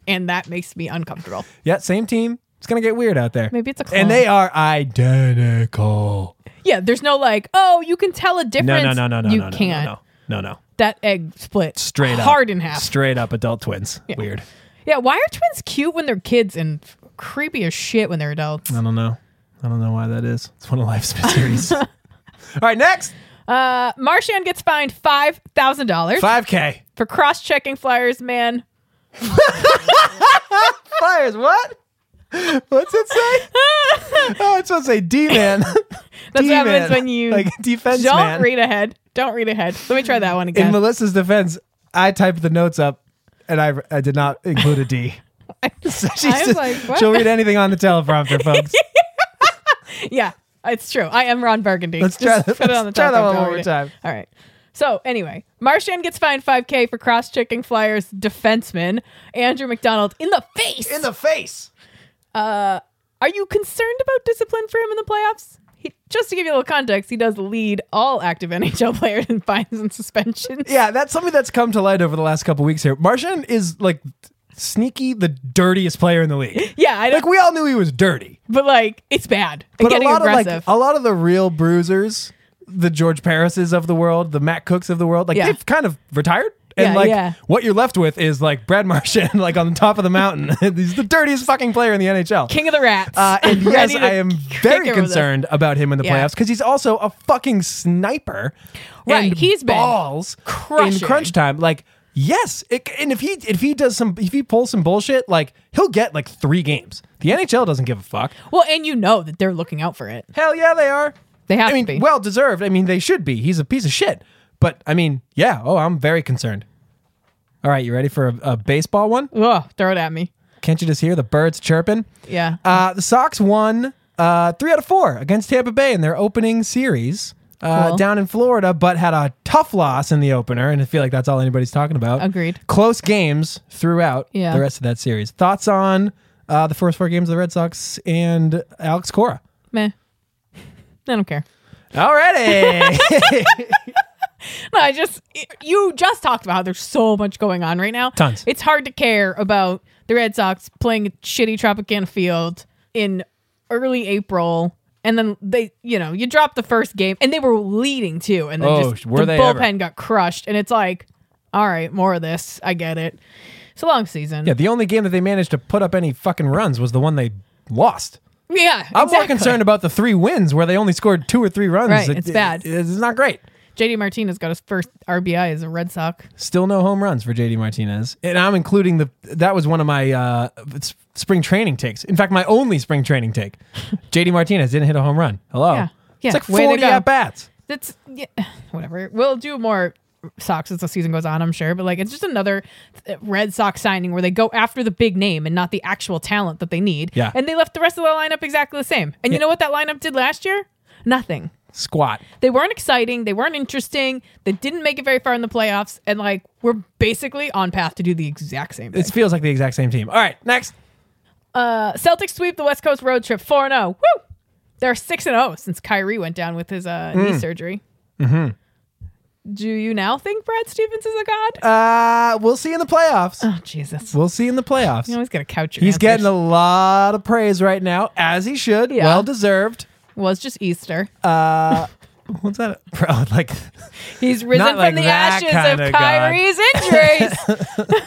Speaker 1: and that makes me uncomfortable.
Speaker 2: Yeah, same team. It's gonna get weird out there.
Speaker 1: Maybe it's a clone.
Speaker 2: And they are identical.
Speaker 1: Yeah, there's no like, oh, you can tell a
Speaker 2: No,
Speaker 1: difference.
Speaker 2: no, no, no, no,
Speaker 1: you
Speaker 2: no, no,
Speaker 1: can't.
Speaker 2: no, no, no, no.
Speaker 1: That egg split
Speaker 2: Straight up,
Speaker 1: hard in half.
Speaker 2: Straight up, adult twins. Weird.
Speaker 1: yeah, why are twins cute when they're kids and creepy as shit when they're adults?
Speaker 2: I don't know. I don't know why that is. It's one of life's mysteries. All right, next.
Speaker 1: Uh, Marshan gets fined five thousand dollars
Speaker 2: 5K.
Speaker 1: for cross-checking flyers. Man,
Speaker 2: Flyers, what? What's it say? oh, it's supposed to say D man.
Speaker 1: That's what happens when you
Speaker 2: Like defense
Speaker 1: don't
Speaker 2: man.
Speaker 1: read ahead. Don't read ahead. Let me try that one
Speaker 2: In
Speaker 1: again.
Speaker 2: Melissa's defense, I typed the notes up and I, I did not include a D. So she's
Speaker 1: I was
Speaker 2: just-
Speaker 1: like, what?
Speaker 2: She'll read anything on the teleprompter, folks.
Speaker 1: yeah, it's true. I am Ron Burgundy.
Speaker 2: Let's
Speaker 1: Just
Speaker 2: try that-
Speaker 1: Put it on the
Speaker 2: let's try
Speaker 1: top
Speaker 2: that
Speaker 1: of
Speaker 2: one
Speaker 1: Ron
Speaker 2: one more
Speaker 1: Burgundy.
Speaker 2: time.
Speaker 1: All right. So anyway, Marshan gets fined 5K for cross-checking Flyers defenseman Andrew McDonald in the face.
Speaker 2: In the face.
Speaker 1: Are you concerned about discipline for him in the playoffs? He, just to give you a little context, he does lead all active NHL players in fines and suspensions.
Speaker 2: Yeah, that's something that's come to light over the last couple weeks here. Martian is like sneaky, the dirtiest player in the league.
Speaker 1: Yeah, I don't,
Speaker 2: Like we all knew he was dirty.
Speaker 1: but like it's bad.
Speaker 2: But
Speaker 1: Getting
Speaker 2: a lot
Speaker 1: aggressive.
Speaker 2: of like a lot of the real bruisers, the George Parises of the world, the Matt Cooks of the world, like
Speaker 1: Yeah.
Speaker 2: they've kind of retired. And
Speaker 1: Yeah,
Speaker 2: like
Speaker 1: yeah.
Speaker 2: what you're left with is like Brad Marchand, like on the top of the mountain. He's the dirtiest fucking player in the NHL.
Speaker 1: King of the rats.
Speaker 2: uh, and yes,
Speaker 1: Ready to
Speaker 2: I am
Speaker 1: kick
Speaker 2: very
Speaker 1: him with a-
Speaker 2: concerned about him in the
Speaker 1: Yeah.
Speaker 2: playoffs because he's also a fucking sniper.
Speaker 1: Right,
Speaker 2: and
Speaker 1: he's been
Speaker 2: balls in
Speaker 1: crushing.
Speaker 2: crunch time. Like yes, it, and if he if he does some if he pulls some bullshit, like he'll get like three games. The NHL doesn't give a fuck.
Speaker 1: Well, and you know that they're looking out for it.
Speaker 2: Hell yeah, they are.
Speaker 1: They have
Speaker 2: I mean,
Speaker 1: to be.
Speaker 2: well deserved. I mean, they should be. He's a piece of shit. But I mean, yeah. Oh, I'm very concerned. All right, you ready for a, a baseball one?
Speaker 1: Ugh, throw it at me.
Speaker 2: Can't you just hear the birds chirping?
Speaker 1: Yeah.
Speaker 2: Uh, the Sox won uh, three out of four against Tampa Bay in their opening series. uh,
Speaker 1: Cool.
Speaker 2: down in Florida, but had a tough loss in the opener, and I feel like that's all anybody's talking about.
Speaker 1: Agreed.
Speaker 2: Close games throughout
Speaker 1: Yeah.
Speaker 2: the rest of that series. Thoughts on uh, the first four games of the Red Sox and Alex Cora?
Speaker 1: Meh. I don't care.
Speaker 2: Alrighty.
Speaker 1: No, I just you just talked about how there's so much going on right now.
Speaker 2: Tons.
Speaker 1: It's hard to care about the Red Sox playing a shitty Tropicana Field in early April, and then they, you know, you drop the first game, and they were leading too, and then
Speaker 2: Oh,
Speaker 1: just
Speaker 2: were
Speaker 1: the
Speaker 2: they ever.
Speaker 1: bullpen got crushed, and it's like, all right, more of this. I get it. It's a long season.
Speaker 2: yeah, the only game that they managed to put up any fucking runs was the one they lost.
Speaker 1: Yeah,
Speaker 2: I'm more
Speaker 1: exactly.
Speaker 2: concerned about the three wins where they only scored two or three runs.
Speaker 1: Right, it's bad.
Speaker 2: It's not great.
Speaker 1: JD Martinez got his first RBI as a Red Sox.
Speaker 2: Still no home runs for JD Martinez. And I'm including the that was one of my uh, s- spring training takes. In fact, my only spring training take. JD Martinez didn't hit a home run. Hello.
Speaker 1: Yeah. Yeah.
Speaker 2: It's like
Speaker 1: Way to
Speaker 2: 40
Speaker 1: go.
Speaker 2: at bats.
Speaker 1: that's yeah, whatever. We'll do more Sox as the season goes on, I'm sure. But like, it's just another uh, Red Sox signing where they go after the big name and not the actual talent that they need.
Speaker 2: Yeah.
Speaker 1: And they left the rest of the lineup exactly the same. And you know what that lineup did last year? Nothing.
Speaker 2: Squat.
Speaker 1: They weren't exciting. They weren't interesting. They didn't make it very far in the playoffs. And like, we're basically on path to do the exact same thing.
Speaker 2: It feels like the exact same team. All right, next.
Speaker 1: Uh, Celtics sweep the West Coast road trip 4 0. Woo! They're 6 0 since Kyrie went down with his uh, knee
Speaker 2: Mm.
Speaker 1: surgery. Mm-hmm. Do you now think Brad Stevens is a god?
Speaker 2: Uh, we'll see in the playoffs.
Speaker 1: oh, Jesus.
Speaker 2: We'll see in the playoffs.
Speaker 1: You always got to couch your
Speaker 2: He's getting a
Speaker 1: answers.
Speaker 2: lot of praise right now, as he should.
Speaker 1: Yeah.
Speaker 2: Well deserved.
Speaker 1: Well, it's just Easter.
Speaker 2: Uh, what's that? Bro, like
Speaker 1: He's risen
Speaker 2: not
Speaker 1: from
Speaker 2: like
Speaker 1: the
Speaker 2: that
Speaker 1: ashes of
Speaker 2: kinda God.
Speaker 1: Kyrie's injuries.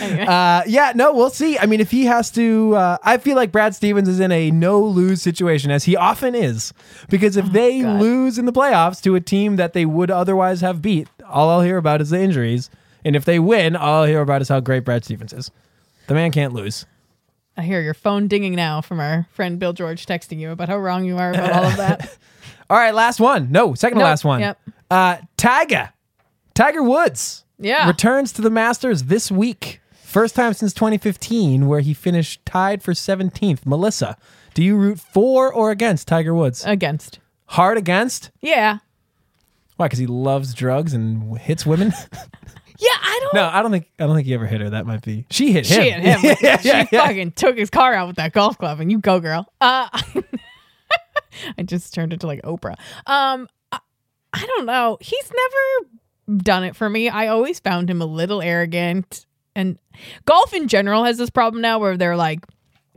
Speaker 1: anyway.
Speaker 2: Uh, yeah, no, we'll see. I mean, if he has to, uh, I feel like Brad Stevens is in a no lose situation, as he often is, because if they
Speaker 1: God.
Speaker 2: lose in the playoffs to a team that they would otherwise have beat, all I'll hear about is the injuries. And if they win, all I'll hear about is how great Brad Stevens is. The man can't lose.
Speaker 1: I hear your phone dinging now from our friend Bill George texting you about how wrong you are about all of that.
Speaker 2: All right, last one. No, second to
Speaker 1: Nope,
Speaker 2: last one.
Speaker 1: yep.
Speaker 2: Uh, Tiger, Tiger Woods,
Speaker 1: Yeah.
Speaker 2: returns to the Masters this week. First time since 2015 where he finished tied for 17th. Melissa, do you root for or against Tiger
Speaker 1: Uh.
Speaker 2: Woods?
Speaker 1: Against.
Speaker 2: Hard against?
Speaker 1: Yeah.
Speaker 2: Why? Because he loves drugs and hits women.
Speaker 1: Yeah, I don't
Speaker 2: no, I don't think I don't think he ever hit her. That might be she hit him.
Speaker 1: She and him. she fucking took his car out with that golf club, and you go, girl. Uh, I just turned into like Oprah. Um, I, I don't know. He's never done it for me. I always found him a little arrogant, and golf in general has this problem now where they're like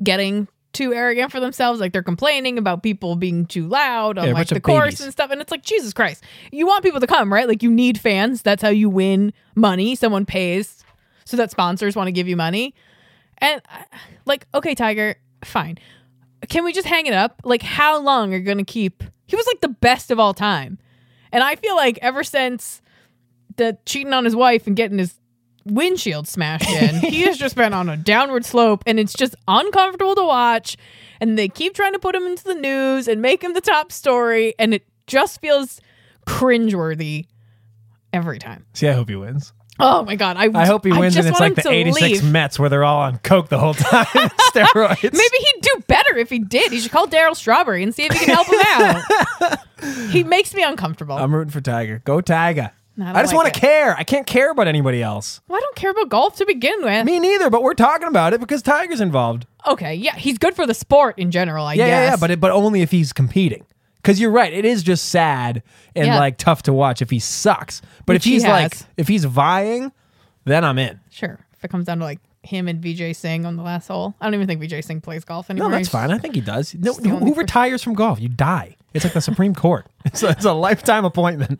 Speaker 1: getting too arrogant for themselves. Like they're complaining about people being too loud on
Speaker 2: Yeah, a
Speaker 1: like
Speaker 2: bunch
Speaker 1: the
Speaker 2: of
Speaker 1: course
Speaker 2: babies.
Speaker 1: and stuff. And it's like Jesus Christ, you want people to come, right? Like you need fans. That's how you win money. Someone pays so that sponsors want to give you money. And uh, like, okay, Tiger, fine. Can we just hang it up? Like, how long are you gonna keep? He was like the best of all time, and I feel like ever since the cheating on his wife and getting his windshield smashed in, he has just been on a downward slope, and it's just uncomfortable to watch. And they keep trying to put him into the news and make him the top story, and it just feels cringeworthy every time.
Speaker 2: See, I hope he wins.
Speaker 1: Oh my god, I,
Speaker 2: I hope he wins,
Speaker 1: just
Speaker 2: and it's
Speaker 1: want
Speaker 2: like
Speaker 1: him
Speaker 2: the
Speaker 1: to
Speaker 2: '86
Speaker 1: leave.
Speaker 2: Mets where they're all on coke the whole time, steroids.
Speaker 1: Maybe he'd do better if he did. He should call Daryl Strawberry and see if he can help him out. he makes me uncomfortable.
Speaker 2: I'm rooting for Tiger. Go Tiger.
Speaker 1: No, I
Speaker 2: I,
Speaker 1: don't
Speaker 2: just
Speaker 1: like
Speaker 2: want
Speaker 1: it.
Speaker 2: to care. I can't care about anybody else.
Speaker 1: well, I don't care about golf to begin with.
Speaker 2: Me neither. But we're talking about it because Tiger's involved.
Speaker 1: okay, yeah, he's good for the sport in general, I
Speaker 2: Yeah,
Speaker 1: guess.
Speaker 2: yeah, yeah. But it, but only if he's competing. Because you're right. It is just sad and
Speaker 1: Yeah.
Speaker 2: like tough to watch if he sucks. But
Speaker 1: Which
Speaker 2: if
Speaker 1: he
Speaker 2: he's like
Speaker 1: has.
Speaker 2: if he's vying, then I'm in.
Speaker 1: sure. If it comes down to like him and Vijay Singh on the last hole, I don't even think Vijay Singh plays golf
Speaker 2: No,
Speaker 1: anymore.
Speaker 2: that's
Speaker 1: He's-
Speaker 2: fine. I think he does. No,
Speaker 1: the
Speaker 2: who,
Speaker 1: only
Speaker 2: who
Speaker 1: person-
Speaker 2: retires from golf? You die. It's like the Supreme Court. It's a, it's a lifetime appointment.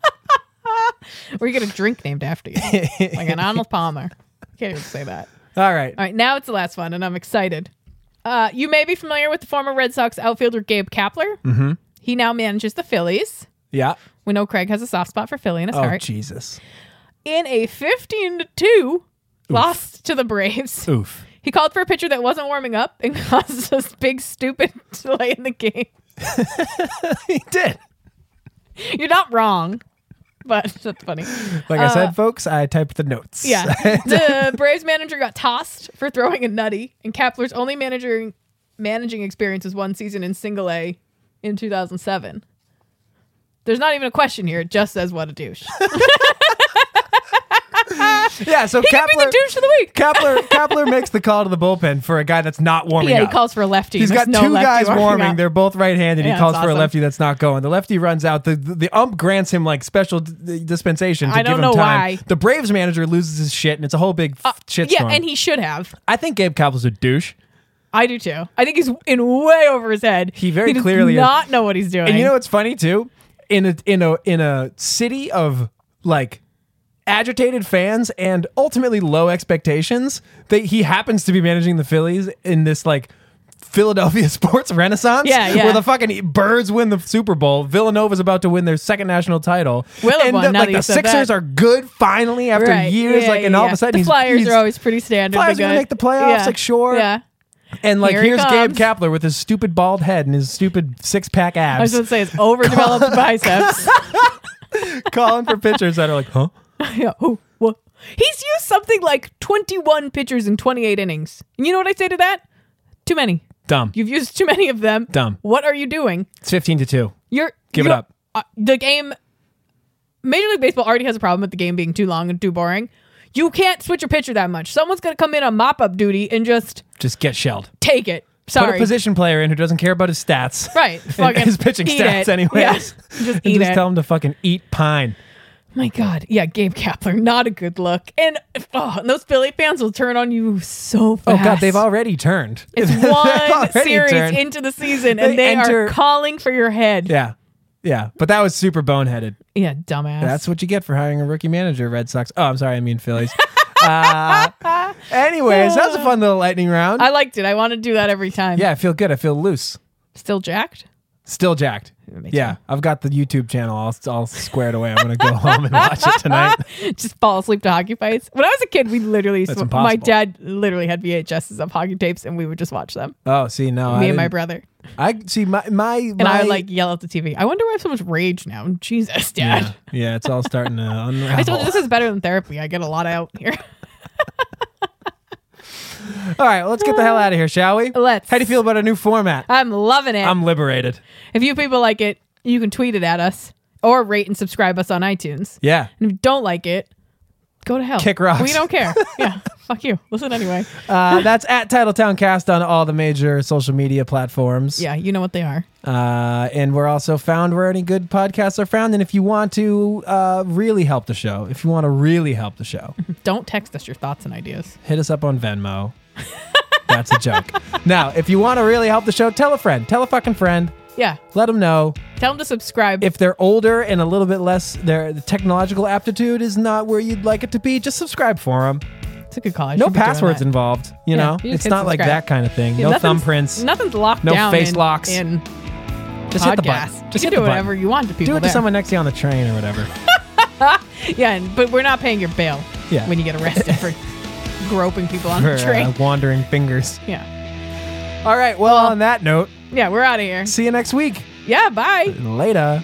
Speaker 1: Or you get a drink named after you, like an Arnold Palmer. Can't even say that.
Speaker 2: All right.
Speaker 1: All right, now it's the last one, and I'm excited. Uh, you may be familiar with the former Red Sox outfielder Gabe Kapler. Mm-hmm. He now manages the Phillies.
Speaker 2: Yeah.
Speaker 1: We know Craig has a soft spot for Philly in his
Speaker 2: Oh
Speaker 1: heart.
Speaker 2: Jesus.
Speaker 1: in a 15 to 2 loss to the Braves.
Speaker 2: Oof.
Speaker 1: He called for a pitcher that wasn't warming up and caused this big stupid delay in the game.
Speaker 2: he did.
Speaker 1: You're not wrong, but that's funny.
Speaker 2: Like I said, folks, I typed the notes.
Speaker 1: Uh, Yeah. the Braves manager got tossed for throwing a nutty, and Kapler's only manager managing experience was one season in single A in 2007. There's not even a question here. It just says what a douche. he
Speaker 2: Yeah, so
Speaker 1: could be
Speaker 2: Kapler,
Speaker 1: the douche of the week.
Speaker 2: Kapler, Kapler makes the call to the bullpen for a guy that's not warming
Speaker 1: yeah, he
Speaker 2: up.
Speaker 1: calls for a lefty.
Speaker 2: He's
Speaker 1: There's
Speaker 2: got
Speaker 1: no
Speaker 2: two
Speaker 1: lefty
Speaker 2: guys warming.
Speaker 1: up.
Speaker 2: They're both right-handed.
Speaker 1: Yeah,
Speaker 2: he calls
Speaker 1: that's
Speaker 2: for a
Speaker 1: awesome.
Speaker 2: lefty that's not going. The lefty runs out. The the, the ump grants him like special d- d- dispensation. To
Speaker 1: I don't
Speaker 2: give him
Speaker 1: know
Speaker 2: time.
Speaker 1: why. Uh,
Speaker 2: The Braves manager loses his shit, and it's a whole big f- shit
Speaker 1: yeah,
Speaker 2: storm.
Speaker 1: and he should have.
Speaker 2: I think Gabe Kapler's a douche.
Speaker 1: I do too. I think he's in way over his head.
Speaker 2: He very
Speaker 1: does
Speaker 2: clearly is.
Speaker 1: not know what he's doing.
Speaker 2: And you know what's funny too? In a in a in a city of like agitated fans and ultimately low expectations, they, he happens to be managing the Phillies in this like Philadelphia sports renaissance
Speaker 1: Yeah, yeah.
Speaker 2: where the fucking birds win the Super Bowl. Villanova's about to win their second national title.
Speaker 1: Will have
Speaker 2: and
Speaker 1: won,
Speaker 2: the,
Speaker 1: now
Speaker 2: like
Speaker 1: that you
Speaker 2: the
Speaker 1: said
Speaker 2: Sixers
Speaker 1: that.
Speaker 2: are good finally after
Speaker 1: Right.
Speaker 2: years
Speaker 1: Yeah,
Speaker 2: like and
Speaker 1: yeah,
Speaker 2: all of
Speaker 1: yeah.
Speaker 2: a sudden
Speaker 1: the
Speaker 2: he's,
Speaker 1: Flyers
Speaker 2: he's-
Speaker 1: are always pretty standard.
Speaker 2: Flyers
Speaker 1: they're
Speaker 2: are gonna
Speaker 1: good.
Speaker 2: make the playoffs, like, sure.
Speaker 1: Yeah.
Speaker 2: and like
Speaker 1: Here he
Speaker 2: here's
Speaker 1: comes.
Speaker 2: Gabe Kapler with his stupid bald head and his stupid six-pack
Speaker 1: I was
Speaker 2: abs
Speaker 1: gonna say it's overdeveloped biceps.
Speaker 2: calling for pitchers that are like, "Huh?"
Speaker 1: yeah. Oh, what? He's used something like 21 pitchers in 28 innings. And you know what I say to that? Too many.
Speaker 2: Dumb.
Speaker 1: You've used too many of them.
Speaker 2: Dumb.
Speaker 1: What are you doing?
Speaker 2: It's 15 to 2.
Speaker 1: You're
Speaker 2: Give it
Speaker 1: you're-
Speaker 2: up.
Speaker 1: uh, the game, Major League Baseball already has a problem with the game being too long and too boring. You can't switch your pitcher that much. Someone's gonna come in on mop up duty and just
Speaker 2: Just get shelled.
Speaker 1: take it.
Speaker 2: Put a
Speaker 1: Sorry.
Speaker 2: position player in who doesn't care about his stats.
Speaker 1: Right.
Speaker 2: And
Speaker 1: Fucking
Speaker 2: his pitching
Speaker 1: eat
Speaker 2: stats,
Speaker 1: it.
Speaker 2: anyways.
Speaker 1: Yeah.
Speaker 2: And
Speaker 1: Just eat
Speaker 2: just
Speaker 1: it.
Speaker 2: tell him to fucking eat pine.
Speaker 1: My God. Yeah, Gabe Kapler, not a good look. And, oh, and those Philly fans will turn on you so
Speaker 2: Oh,
Speaker 1: fast.
Speaker 2: God, they've already turned.
Speaker 1: It's
Speaker 2: They've
Speaker 1: one
Speaker 2: already
Speaker 1: series
Speaker 2: turned.
Speaker 1: into the season, and
Speaker 2: They
Speaker 1: they,
Speaker 2: enter-
Speaker 1: are calling for your head. Yeah,
Speaker 2: yeah. Yeah. But that was super boneheaded.
Speaker 1: dumbass.
Speaker 2: That's what you get for hiring a rookie manager, Red Sox. Oh, I'm sorry. I mean, Phillies. uh, anyways, that was a fun little lightning round.
Speaker 1: I liked it. I want to do that every time.
Speaker 2: yeah, I feel good. I feel loose.
Speaker 1: Still jacked?
Speaker 2: Still jacked.
Speaker 1: me
Speaker 2: Yeah, I've got the YouTube channel all, all squared away. I'm going to go home and watch it tonight.
Speaker 1: Just fall asleep to hockey fights. When I was a kid, we literally,
Speaker 2: That's
Speaker 1: sw- my
Speaker 2: impossible.
Speaker 1: dad literally had VHSs of hockey tapes, and we would just watch them.
Speaker 2: Oh, see, no. I
Speaker 1: me and my
Speaker 2: didn't-
Speaker 1: brother.
Speaker 2: I see my my
Speaker 1: And I would like yell at the TV. I wonder why I have so much rage now. Jesus, dad.
Speaker 2: yeah, yeah, it's all starting to
Speaker 1: I told you
Speaker 2: unravel.
Speaker 1: this is better than therapy. I get a lot out here.
Speaker 2: all right, let's get the hell out of here, shall we?
Speaker 1: Let's.
Speaker 2: How do you feel about a new format?
Speaker 1: I'm loving it.
Speaker 2: I'm liberated.
Speaker 1: if you people like it, you can tweet it at us or rate and subscribe us on iTunes.
Speaker 2: Yeah.
Speaker 1: And if you don't like it, go to hell.
Speaker 2: Kick rocks.
Speaker 1: We don't care. yeah. Fuck you. Listen anyway.
Speaker 2: Uh, that's at Cast on all the major social media platforms.
Speaker 1: Yeah, you know what they are.
Speaker 2: Uh, and we're also found where any good podcasts are found. And if you want to uh, really help the show, if you want to really help the show,
Speaker 1: Don't text us your thoughts and ideas.
Speaker 2: hit us up on Venmo. That's a joke. Now, if you want to really help the show, tell a friend, tell a fucking friend,
Speaker 1: Yeah.
Speaker 2: let them know.
Speaker 1: Tell them to subscribe.
Speaker 2: if they're older and a little bit less their the technological aptitude is not where you'd like it to be just subscribe for them
Speaker 1: it's a good call. I
Speaker 2: no
Speaker 1: should be doing
Speaker 2: passwords
Speaker 1: that.
Speaker 2: involved you
Speaker 1: Yeah,
Speaker 2: know
Speaker 1: you just
Speaker 2: it's
Speaker 1: hit
Speaker 2: not like
Speaker 1: subscribe.
Speaker 2: that kind of thing
Speaker 1: Yeah,
Speaker 2: no
Speaker 1: nothing's-
Speaker 2: thumbprints
Speaker 1: Nothing's locked
Speaker 2: No
Speaker 1: down.
Speaker 2: face
Speaker 1: in-
Speaker 2: locks.
Speaker 1: In
Speaker 2: just hit the
Speaker 1: podcasts. You
Speaker 2: button just
Speaker 1: can
Speaker 2: hit
Speaker 1: do
Speaker 2: the
Speaker 1: whatever
Speaker 2: button
Speaker 1: you want to people.
Speaker 2: do it to
Speaker 1: there.
Speaker 2: someone next to you on the train or whatever
Speaker 1: Yeah, and, but we're not paying your bail.
Speaker 2: Yeah.
Speaker 1: When you get arrested for groping people on
Speaker 2: for
Speaker 1: the train.
Speaker 2: uh, wandering fingers
Speaker 1: yeah.
Speaker 2: all right well on that note
Speaker 1: Yeah, we're out of here.
Speaker 2: see you next week
Speaker 1: Yeah. Bye.
Speaker 2: later